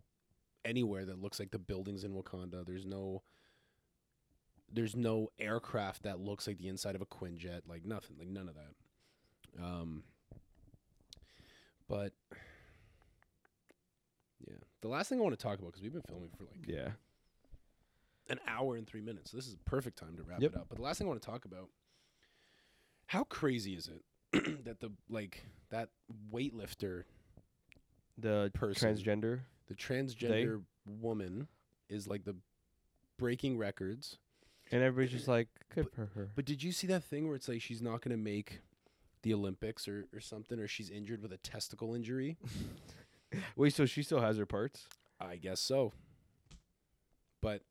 anywhere that looks like the buildings in Wakanda. There's no there's no aircraft that looks like the inside of a Quinjet, like nothing, like none of that. Um but yeah. The last thing I want to talk about cuz we've been filming for like
Yeah.
an hour and 3 minutes. So this is a perfect time to wrap
Yep.
it up. But the last thing I want to talk about how crazy is it that the like that weightlifter
The
Person.
transgender.
the transgender woman is like the breaking records.
And everybody's just like, good for her.
But did you see that thing where it's like she's not gonna make the Olympics or, or something, or she's injured with a testicle injury?
Wait, so she still has her parts?
I guess so. But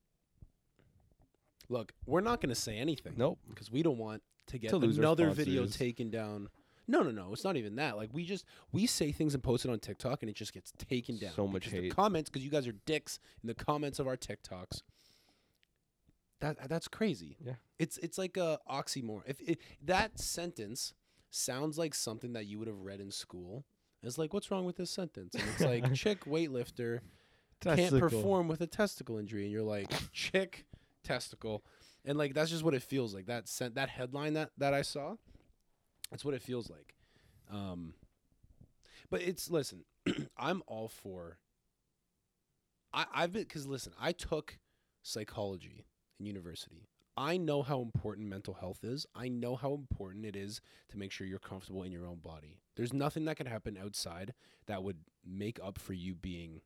look, we're not gonna say anything.
Nope.
because we don't want to get
To lose our
another video
sponsors.
taken down. No, no, no. It's not even that. Like we just we say things and post it on TikTok, and it just gets taken down.
So much
because the
hate.
comments because you guys are dicks in the comments of our TikToks. That that's crazy.
Yeah.
it's it's like a oxymoron. If it, that sentence sounds like something that you would have read in school, it's like what's wrong with this sentence? And it's like chick weightlifter can't perform with a testicle injury, and you're like, chick testicle, and like that's just what it feels like. That sent that headline that that I saw, that's what it feels like. Um, but it's listen, I'm all for. I I've been because listen, I took psychology in university. I know how important mental health is. I know how important it is to make sure you're comfortable in your own body. There's nothing that could happen outside that would make up for you being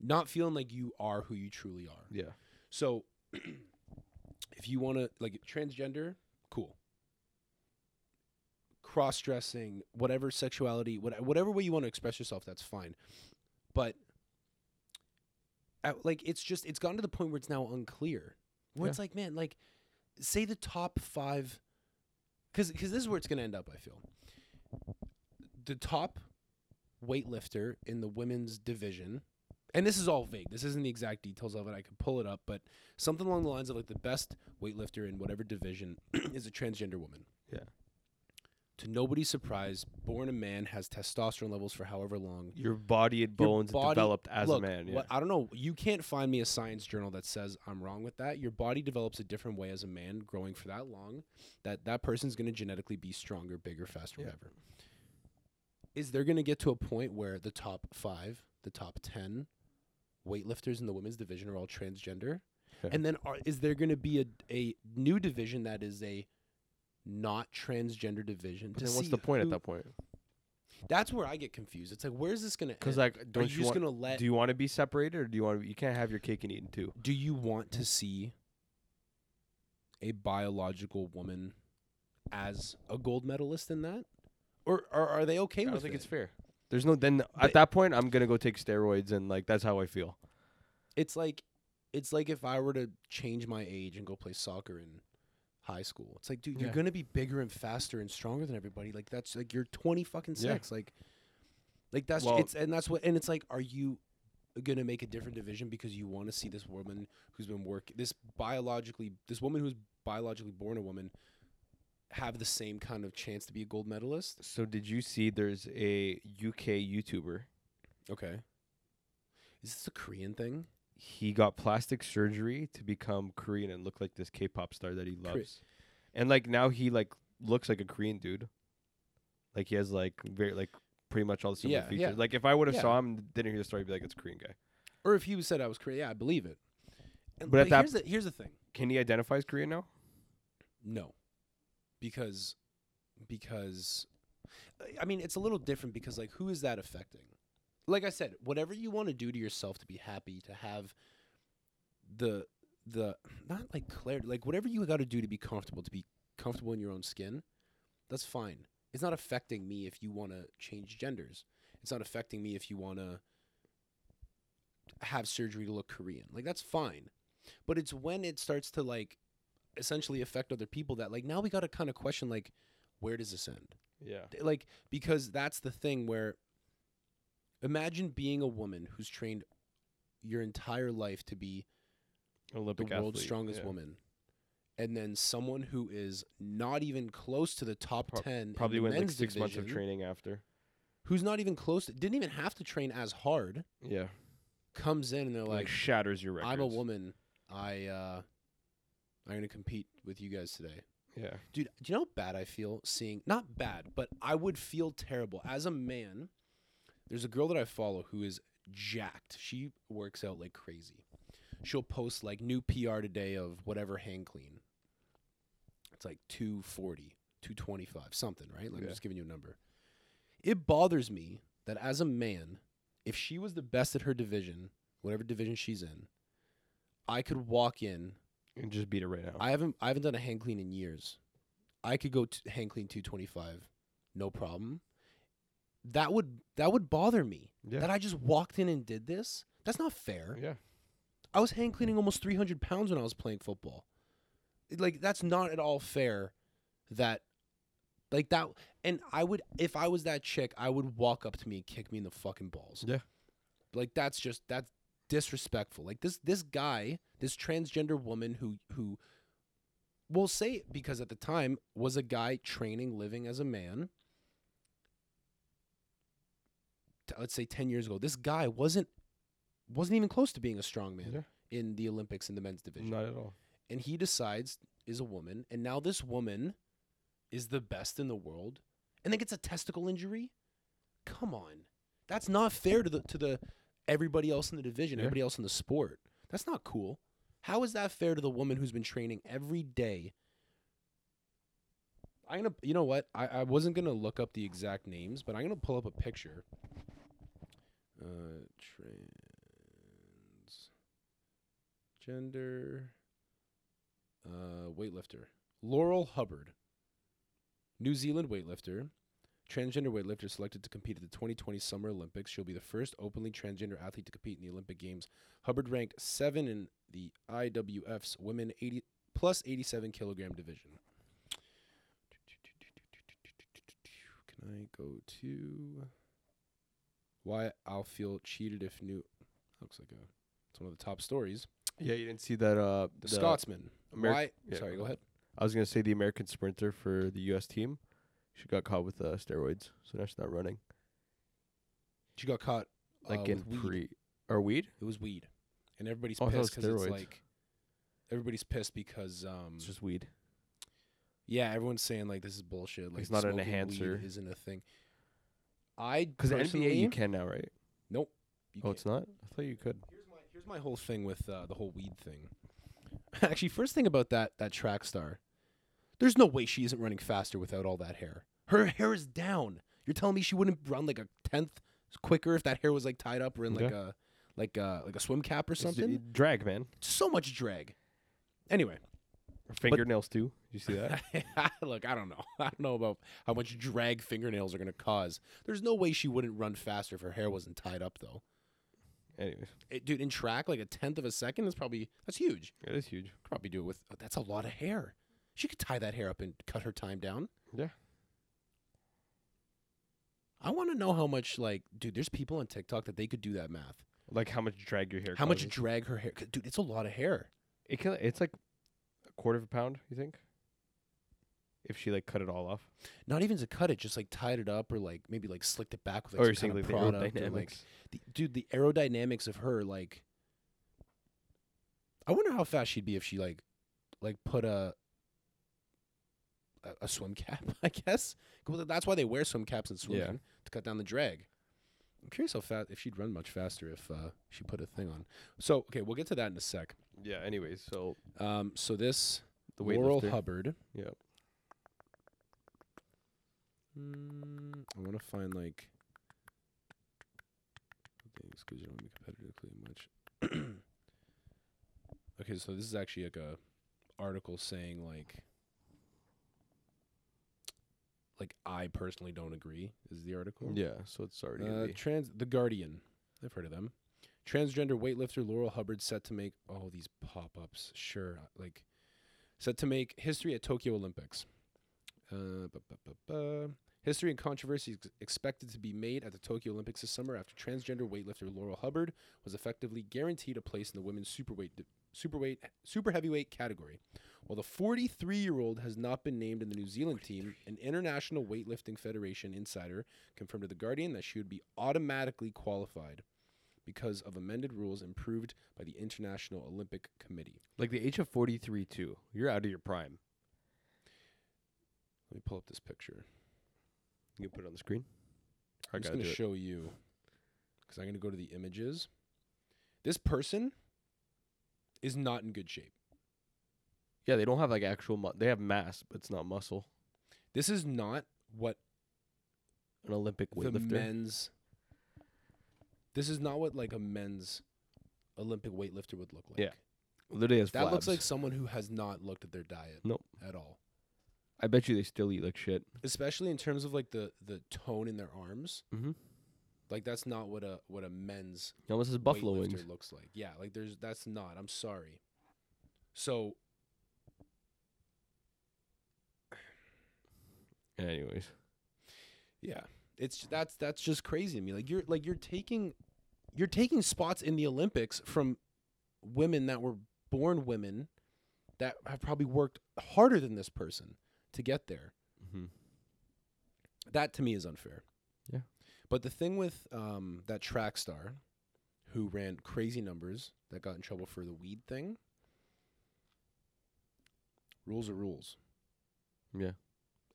not feeling like you are who you truly are.
Yeah.
So if you want to like transgender, cool. Cross dressing, whatever sexuality, what, whatever way you want to express yourself, that's fine. But at, like it's just it's gotten to the point where it's now unclear. Where it's like, man, like say the top 5 cuz cuz this is where it's going to end up, I feel. The top weightlifter in the women's division and this is all vague. This isn't the exact details of it. I could pull it up, but something along the lines of like the best weightlifter in whatever division is a transgender woman.
Yeah.
To nobody's surprise, born a man has testosterone levels for however long.
Your body and bones
body-
developed as
Look,
a man. Yeah.
what- I don't know. You can't find me a science journal that says I'm wrong with that. Your body develops a different way as a man growing for that long. That that person's going to genetically be stronger, bigger, faster,
Yeah.
whatever. Is there going to get to a point where the top five, the top ten weightlifters in the women's division are all transgender?
Yeah.
And then are, is there going to be a a new division that is a not transgender division?
But
to
then what's
see
the point
who-
at that point?
That's where I get confused. It's like, where's this going to?
Because like,
are
don't
you
you,
just
want,
going to let?
do you want to be separated or do you want to? You can't have your cake and eat it too.
do you want
Mm.
to see a biological woman as a gold medalist in that, or, or are they okay
I don't
with
think
it?
it's fair. There's no then
But-
at that point I'm gonna go take steroids and like that's how I feel.
It's like it's like if I were to change my age and go play soccer in high school. It's like, dude, you're
Yeah.
gonna be bigger and faster and stronger than everybody. Like that's like you're twenty fucking
Yeah.
six. Like, like that's
Well-
it's and that's what and it's like, are you gonna make a different division because you want to see this woman who's been work this biologically this woman who's biologically born a woman have the same kind of chance to be a gold medalist?
So did you see? There's a UK YouTuber.
Okay. Is this a Korean thing?
He got plastic surgery to become Korean and look like this K-pop star that he
Kore-
loves. and like now he like looks like a Korean dude. Like he has like very like pretty much all the similar
Yeah,
features.
yeah.
Like if I would have
Yeah.
saw him, didn't hear the story, I'd be like, it's a Korean guy.
Or if you said I was Korean, yeah, I believe it. And,
But
but
at that-
here's the here's the thing.
Can he identify as Korean now?
No, because because I- I mean it's a little different because like who is that affecting? Like I said, whatever you want to do to yourself to be happy, to have the the not like clarity, like whatever you got to do to be comfortable, to be comfortable in your own skin, that's fine. It's not affecting me if you want to change genders. It's not affecting me if you want to have surgery to look Korean. Like that's fine. But it's when it starts to like essentially affect other people that like now we got to kind of question like where does this end
Yeah.
Th- like because that's the thing where imagine being a woman who's trained your entire life to be the
Olympic
world's
athlete,
strongest
yeah.
woman and then someone who is not even close to the top
Prob-
10 in
Probably
the
went like
men's
six months of
division,
training after.
who's not even close to, didn't even have to train as hard
Yeah.
comes in and they're
like
like,
shatters your records.
"I'm a woman. I uh, I'm gonna compete with you guys today."
Yeah.
Dude, do you know how bad I feel seeing not bad, but I would feel terrible as a man. There's a girl that I follow who is jacked. She works out like crazy. She'll post like new PR today of whatever hang clean. It's like 240, 225, something, right? Like
Yeah.
I'm just giving you a number. It bothers me that as a man, if she was the best at her division, whatever division she's in, I could walk in
And just beat it right now.
I haven't I haven't done a hand clean in years. I could go t- hand clean 225, no problem. That would that would bother me
Yeah.
that I just walked in and did this. That's not fair.
yeah.
I was hand cleaning almost 300 pounds when I was playing football. It- Like that's not at all fair. That like that and I would if I was that chick, I would walk up to me and kick me in the fucking balls.
Yeah.
Like that's just that's disrespectful. Like this this guy, this transgender woman who who will say it because at the time was a guy training living as a man. T- Let's say 10 years ago. This guy wasn't wasn't even close to being a strong man
Yeah.
in the Olympics in the men's division.
Not at all.
And he decides is a woman and now this woman is the best in the world and then gets a testicle injury? Come on. That's not fair to the to the everybody else in the division,
Yeah.
everybody else in the sport. That's not cool. How is that fair to the woman who's been training every day? I'm gonna you know what? I, I wasn't gonna look up the exact names, but I'm gonna pull up a picture. Uh trans gender uh weightlifter. Laurel Hubbard. New Zealand weightlifter, transgender weightlifter selected to compete at the 2020 Summer Olympics. She'll be the first openly transgender athlete to compete in the Olympic Games. Hubbard ranked seven in the IWF's women 80 plus 87 kilogram division. Can I go to why I'll feel cheated if new? Looks like a it's one of the top stories.
Yeah, you didn't see that. Uh,
The, Scotsman.
Ameri-
why?
yeah,
sorry,
go
go ahead.
I was gonna say the American sprinter for the U.S. team. She got caught with uh, steroids, so now she's not running.
She got caught.
Like
uh,
in
with weed.
pre or weed.
It was weed, and everybody's
Oh, I thought it
pissed
was
because it's
steroids.
like everybody's pissed because um
It's just weed.
yeah, everyone's saying like this is bullshit. Like
It's not an
smoking weed
enhancer.
isn't a thing. I
Because NBA
personally-
you can now, right?
Nope. you
oh,
can't.
it's not. I thought you could.
Here's my here's my whole thing with uh, the whole weed thing. Actually, first thing about that that track star, there's no way she isn't running faster without all that hair. Her hair is down. You're telling me she wouldn't run like a tenth quicker if that hair was like tied up or in like a like a like a swim cap or
It's d-
something?
drag, man.
so much drag. Anyway,
Her fingernails too. Did you see that?
Look, I don't know. I don't know about how much drag fingernails are going to cause. There's no way she wouldn't run faster if her hair wasn't tied up, though.
Anyways,
It, dude, in track, like a tenth of a second is probably that's huge.
it is huge.
Could Probably do it with oh, that's a lot of hair. She could tie that hair up and cut her time down.
Yeah.
I want to know how much, like, dude, there's people on TikTok that they could do that math.
Like how much drag your hair.
how much
causes.
drag her hair? 'cause, Dude, it's a lot of hair.
It can, It's like a quarter of a pound. You think? If she like cut it all off.
Not even to cut it, just like tied it up or like maybe like slicked it back with like,
or you're
some
saying
kind
like
of
the
product or, like,
aerodynamics.
the, dude, the aerodynamics of her, like, I wonder how fast she'd be if she like, like put a a, a swim cap. I guess 'Cause that's why they wear swim caps in swimming to cut down the drag. I'm curious how fast if she'd run much faster if uh, she put a thing on. So okay, we'll get to that in a sec.
Yeah. Anyways, so
Um, so this
the
Laurel
weightlifter.
Hubbard.
Yep.
Mm, I want to find like things because you don't want to be competitively much. okay, so this is actually like a article saying like like I personally don't agree is the article.
Yeah. So it's already. gonna
Uh,
be-
trans the Guardian. I've heard of them. Transgender weightlifter Laurel Hubbard set to make oh these pop ups. Sure, uh, like set to make history at Tokyo Olympics. Uh, bu- bu- bu- bu. History and controversy is expected to be made at the Tokyo Olympics this summer after transgender weightlifter Laurel Hubbard was effectively guaranteed a place in the women's superweight di- superweight super heavyweight category. While the 43-year-old has not been named in the New Zealand team, an international weightlifting federation insider confirmed to the Guardian that she would be automatically qualified because of amended rules improved by the International Olympic Committee.
Like the age of 43 too. You're out of your prime.
Let me pull up this picture.
You can put it on the screen. I
I'm just
gotta
going
do
to
it.
show you because I'm going to go to the images. This person is not in good shape.
Yeah, they don't have like actual. Mu- they have mass, but it's not muscle.
This is not what
An Olympic
the
weightlifter.
men's. This is not what like a men's Olympic weightlifter would look like.
Yeah. Literally has
That looks
flabs.
like someone who has not looked at their diet.
Nope.
At all.
I bet you they still eat like shit.
Especially in terms of like the the tone in their arms.
Mm-hmm.
Like that's not what a what a men's
He almost has buffalo
weightlifter
wings.
looks like. Yeah, like there's that's not. I'm sorry. So
Anyways,
yeah, it's that's that's just crazy to me. Like you're like you're taking you're taking spots in the Olympics from women that were born women that have probably worked harder than this person to get there.
hmm
That to me is unfair.
Yeah.
But the thing with um, that track star who ran crazy numbers that got in trouble for the weed thing, rules are rules.
yeah,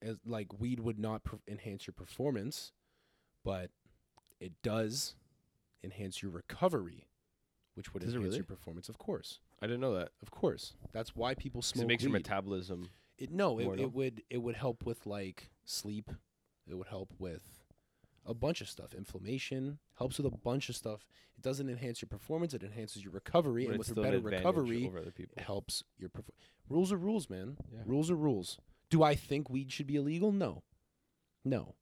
As, like weed would not per- enhance your performance, but it does enhance your recovery, which would
Does it
enhance
really?
your performance. Of course,
I didn't know that.
of course. That's why people
'Cause
smoke.
it makes
weed.
your metabolism.
It, no,
More
it,
no?
it would it would help with like sleep. It would help with a bunch of stuff. Inflammation helps with a bunch of stuff. It doesn't enhance your performance. It enhances your recovery,
but
and
it's
with a
still an
better
advantage
recovery,
over other people.
it helps your performance. Rules are rules, man.
Yeah.
Rules are rules. Do I think weed should be illegal? No, no.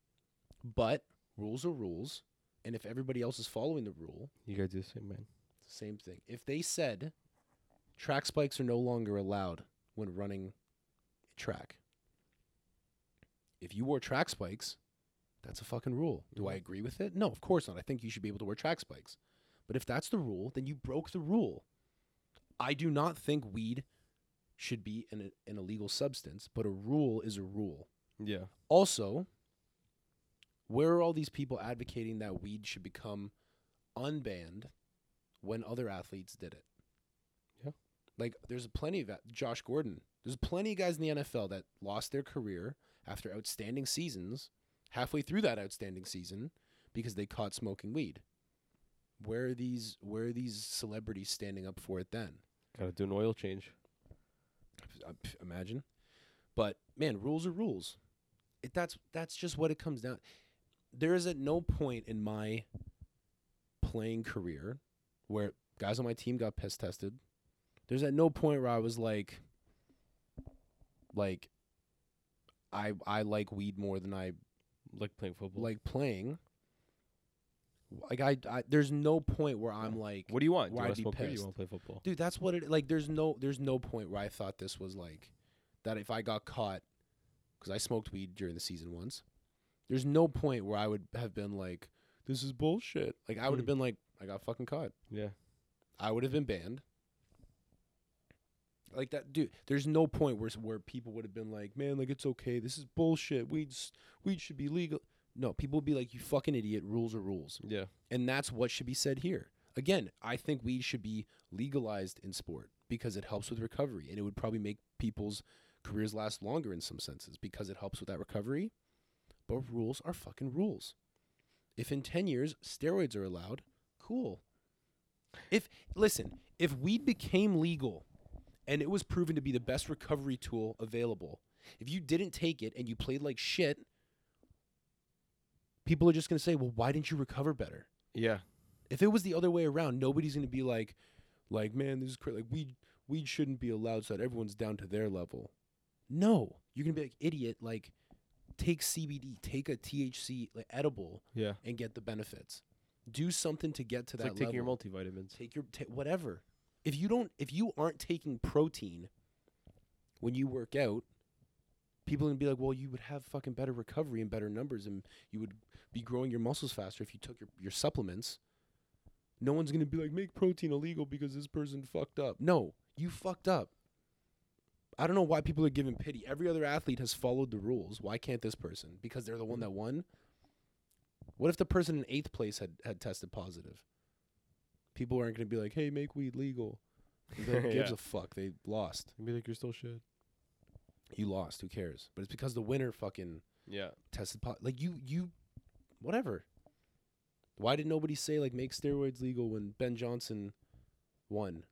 But rules are rules, and if everybody else is following the rule,
You guys do the same, man.
same thing. If they said track spikes are no longer allowed when running track, if you wore track spikes, that's a fucking rule. Do I agree with it? No, of course not. I think you should be able to wear track spikes. But if that's the rule, then you broke the rule. I do not think weed should be an, an illegal substance, but a rule is a rule.
Yeah,
Also, where are all these people advocating that weed should become unbanned when other athletes did it?
Yeah.
Like, there's plenty of a- Josh Gordon. There's plenty of guys in the NFL that lost their career after outstanding seasons, halfway through that outstanding season, because they caught smoking weed. Where are these? Where are these celebrities standing up for it then?
gotta do an oil change.
I- pff, imagine. But man, rules are rules. It, that's that's just what it comes down. There is at no point in my playing career where guys on my team got piss tested. There's at no point where I was like, like, I I like weed more than I
Like playing football.
like playing. Like I, I there's no point where I'm like,
what do you want? Do you
why
want
I'd
to
be
smoke weed? or Do you
pissed.
want to play football?
dude that's what it like there's no there's no point where i thought this was like that if i got caught because i smoked weed during the season once there's no point where i would have been like this is bullshit like i would have
Mm.
been like i got fucking caught
Yeah,
i would have been banned like that dude there's no point where s- where people would have been like man like it's okay this is bullshit weed s- weed should be legal no people would be like you fucking idiot rules are rules
yeah.
and that's what should be said here. Again, I think weed should be legalized in sport because it helps with recovery and it would probably make people's careers last longer in some senses because it helps with that recovery. But rules are fucking rules. If in 10 years steroids are allowed, cool. If listen, if weed became legal and it was proven to be the best recovery tool available, if you didn't take it and you played like shit, people are just going to say, "Well, why didn't you recover better?"
Yeah,
if it was the other way around, nobody's gonna be like, like, man, this is crazy. Like, weed, weed shouldn't be allowed so that everyone's down to their level. No, you're gonna be like, idiot. Like, take CBD, take a THC like, edible,
yeah.
and get the benefits. Do something to get to
It's
that
like taking your
level.
multivitamins.
take your ta- whatever. If you don't, if you aren't taking protein when you work out, people are gonna be like, well, you would have fucking better recovery and better numbers, and you would be growing your muscles faster if you took your, your supplements. No one's gonna be like, make protein illegal because this person fucked up. No, you fucked up. I don't know why people are giving pity. Every other athlete has followed the rules. Why can't this person? Because they're the one that won. What if the person in eighth place had, had tested positive? People aren't gonna be like, "Hey, make weed legal." Who gives a fuck? They lost.
Be like you're still shit.
You lost. Who cares? But it's because the winner fucking
Yeah.
tested pot. Like you, you, whatever. Why did nobody say like make steroids legal when Ben Johnson won?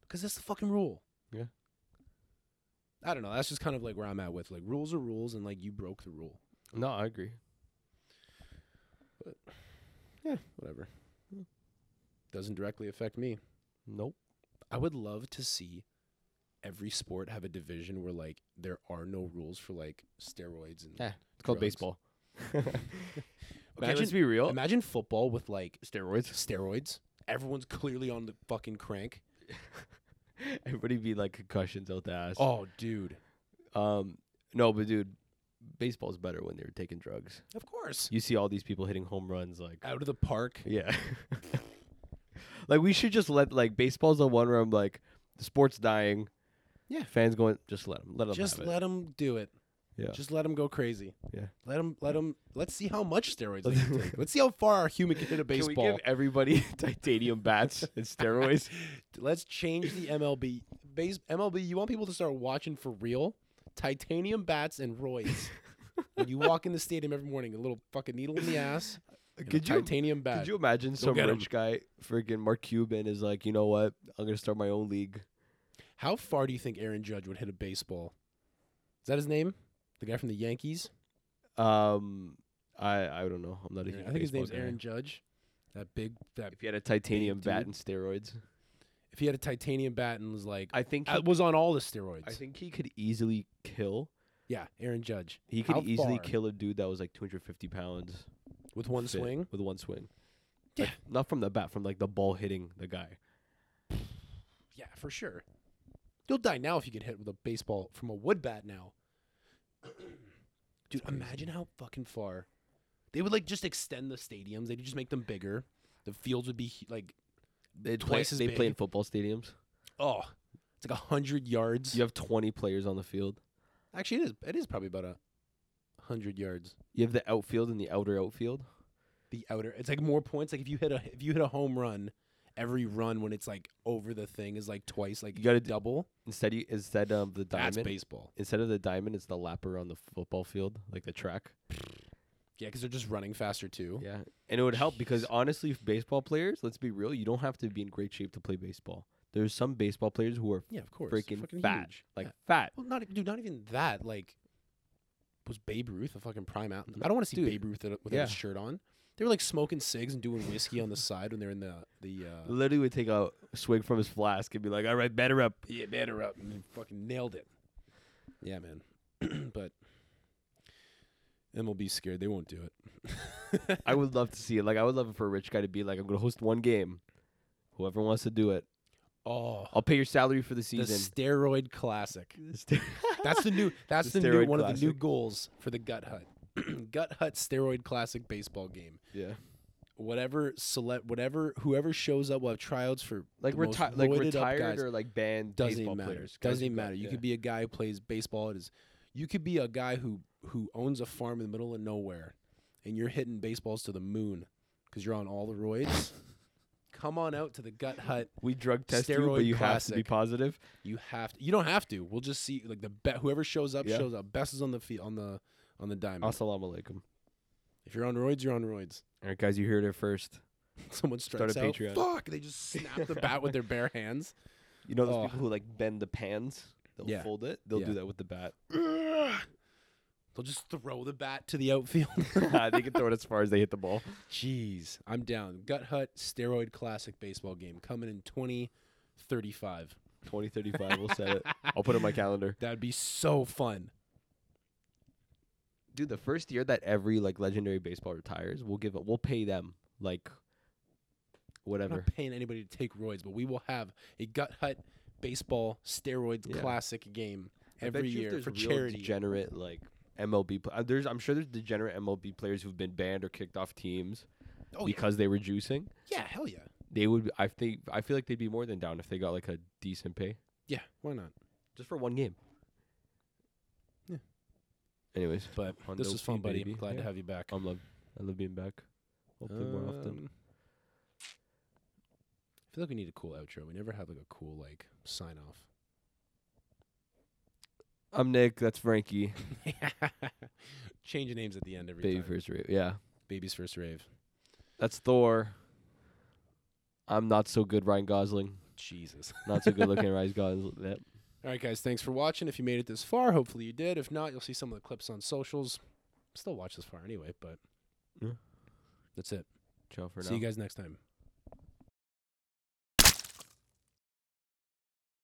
Because that's the fucking rule.
Yeah.
I don't know. That's just kind of like where I'm at with like rules are rules, and like you broke the rule.
No, I agree.
Yeah, whatever. Doesn't directly affect me.
Nope.
I would love to see every sport have a division where like there are no rules for like steroids and
Yeah, it's called
drugs.
baseball. okay, let's
Imagine-
be real.
Imagine football with like
Steroids.
steroids. Everyone's clearly on the fucking crank.
Everybody be like concussions out the ass.
Oh, dude.
Um, no, but dude, baseball's better when they're taking drugs.
Of course.
You see all these people hitting home runs like
Out of the park.
Yeah. like we should just let like baseball's the one where I'm like the sport's dying.
Yeah.
Fans going just let them let them
Just
have
let them do it.
Yeah.
Just let them go crazy.
Yeah.
Let them. Let them. Let's see how much steroids they can take. Let's see how far our human can hit a
it. Can
baseball.
we give everybody titanium bats and steroids?
Let's change the MLB. Base MLB. You want people to start watching for real? Titanium bats and roids. when you walk in the stadium every morning, a little fucking needle in the ass. and a
Could you-
titanium bat?
Could you imagine some
get 'em.
rich guy, freaking Mark Cuban, is like, you know what? I'm gonna start my own league.
How far do you think Aaron Judge would hit a baseball? Is that his name? The guy from the Yankees?
Um, I I don't know. I'm not a
Aaron-
huge
I think his
baseball
name's
guy.
Aaron Judge. That big that
If he had a titanium
Big
bat
dude.
and steroids,
if he had a titanium bat and was like
I think he,
I Uh, was on all the steroids.
I think he could easily kill.
yeah, Aaron Judge.
He could
How
easily
far?
kill a dude that was like 250 pounds.
With one
fit
swing.
with one swing.
Yeah.
Like, not from the bat, from like the ball hitting the guy.
Yeah, for sure. You'll die now if you get hit with a baseball from a wood bat now. Dude, imagine how fucking far. They would like just extend the stadiums. They'd just make them bigger. The fields would be hu- like
They
Twice
play,
as
they play in
big.
football stadiums.
oh, it's like a hundred yards.
You have 20 players on the field.
Actually, it is. It is probably about a hundred yards.
You have the outfield and the outer outfield.
The outer. It's like more points. Like if you hit a if you hit a home run, every run when it's like over the thing is like twice. Like
You gotta d-
double.
Instead, you, instead of the
That's
diamond,
baseball.
instead of the diamond, it's the lap around the football field, like the track.
Yeah, because they're just running faster too.
Yeah, and it would help because honestly, f- baseball players, let's be real, you don't have to be in great shape to play baseball. There's some baseball players who are
Yeah, of course.
freaking
Fucking
fat,
huge.
like
Yeah.
fat.
Well, not dude. Not even that. Like, was Babe Ruth a fucking prime out? I don't want to see
Dude.
Babe Ruth without
Yeah.
his shirt on. They were like smoking cigs and doing whiskey on the side when they're in the the. Uh,
Literally would take a swig from his flask and be like, "All right, better up."
yeah, better up. And they fucking nailed it. Yeah, man. but MLB scared. They won't do it.
I would love to see it. Like I would love it for a rich guy to be like, I'm gonna host one game. Whoever wants to do it,
oh,
I'll pay your salary for the
the
season.
steroid classic. That's the new. That's the,
The
new
steroid
one of the new
classic.
goals for the Gut Hut. Gut Hut steroid classic baseball game.
yeah,
whatever select whatever whoever shows up will have tryouts for
like
the most
reti- like
roided up
retired
guys.
or like banned
doesn't
baseball
even matter
players. Guys
doesn't
who
even
got-
matter you
yeah.
could be a guy who plays baseball it is you could be a guy who who owns a farm in the middle of nowhere and you're hitting baseballs to the moon because you're on all the roids come on out to the gut hut
We drug test you, but
steroid
you have to be
classic.
positive.
you have to you don't have to we'll just see like the bet whoever shows up
Yeah.
shows up best is on the feet on the on the
Mm.
diamond
Assalamu alaikum.
if you're on roids you're on roids
All right, guys, you heard it first.
someone
Start
strikes
a
out
Patreon.
fuck they just snap the bat with their bare hands
You know those
Oh.
people who like bend the pans, they'll
Yeah.
fold it. They'll
Yeah.
do that with the bat.
They'll just throw the bat to the outfield.
they can throw it as far as they hit the ball.
Jeez, I'm down. Gut Hut steroid classic baseball game coming in 2035.
2035, we'll set it. I'll put it in my calendar.
That'd be so fun.
dude, the first year that every like legendary baseball retires, we'll give it. We'll pay them like
I'm
whatever.
not paying anybody to take roids, but we will have a Gut Hut baseball steroids
Yeah.
classic game
I bet
every
you if
year
there's
for
real
charity.
Degenerate like MLB. Pl- uh, there's I'm sure there's degenerate MLB players who've been banned or kicked off teams
oh yeah.
because they were juicing.
yeah, hell yeah.
They would. be- I think I feel like they'd be more than down if they got like a decent pay
Yeah, why not?
just for one game.
Yeah.
Anyways,
But
On
this was
Dopey,
fun, buddy.
baby.
Glad
Yeah.
to have you back.
I'm love. I love being back. Hopefully more often.
Um, I feel like we need a cool outro. We never have like a cool like sign off.
I'm Nick. That's Frankie.
Change names at the end every
Baby
time.
first rave. Yeah.
Baby's first rave.
That's Thor. I'm not so good, Ryan Gosling.
Jesus.
Not so good looking, Ryan Gosling. Yep.
All right, guys. Thanks for watching. If you made it this far, hopefully you did. If not, you'll see some of the clips on socials. Still watch this far anyway, but
Yeah.
that's it.
Ciao for
see you guys next time.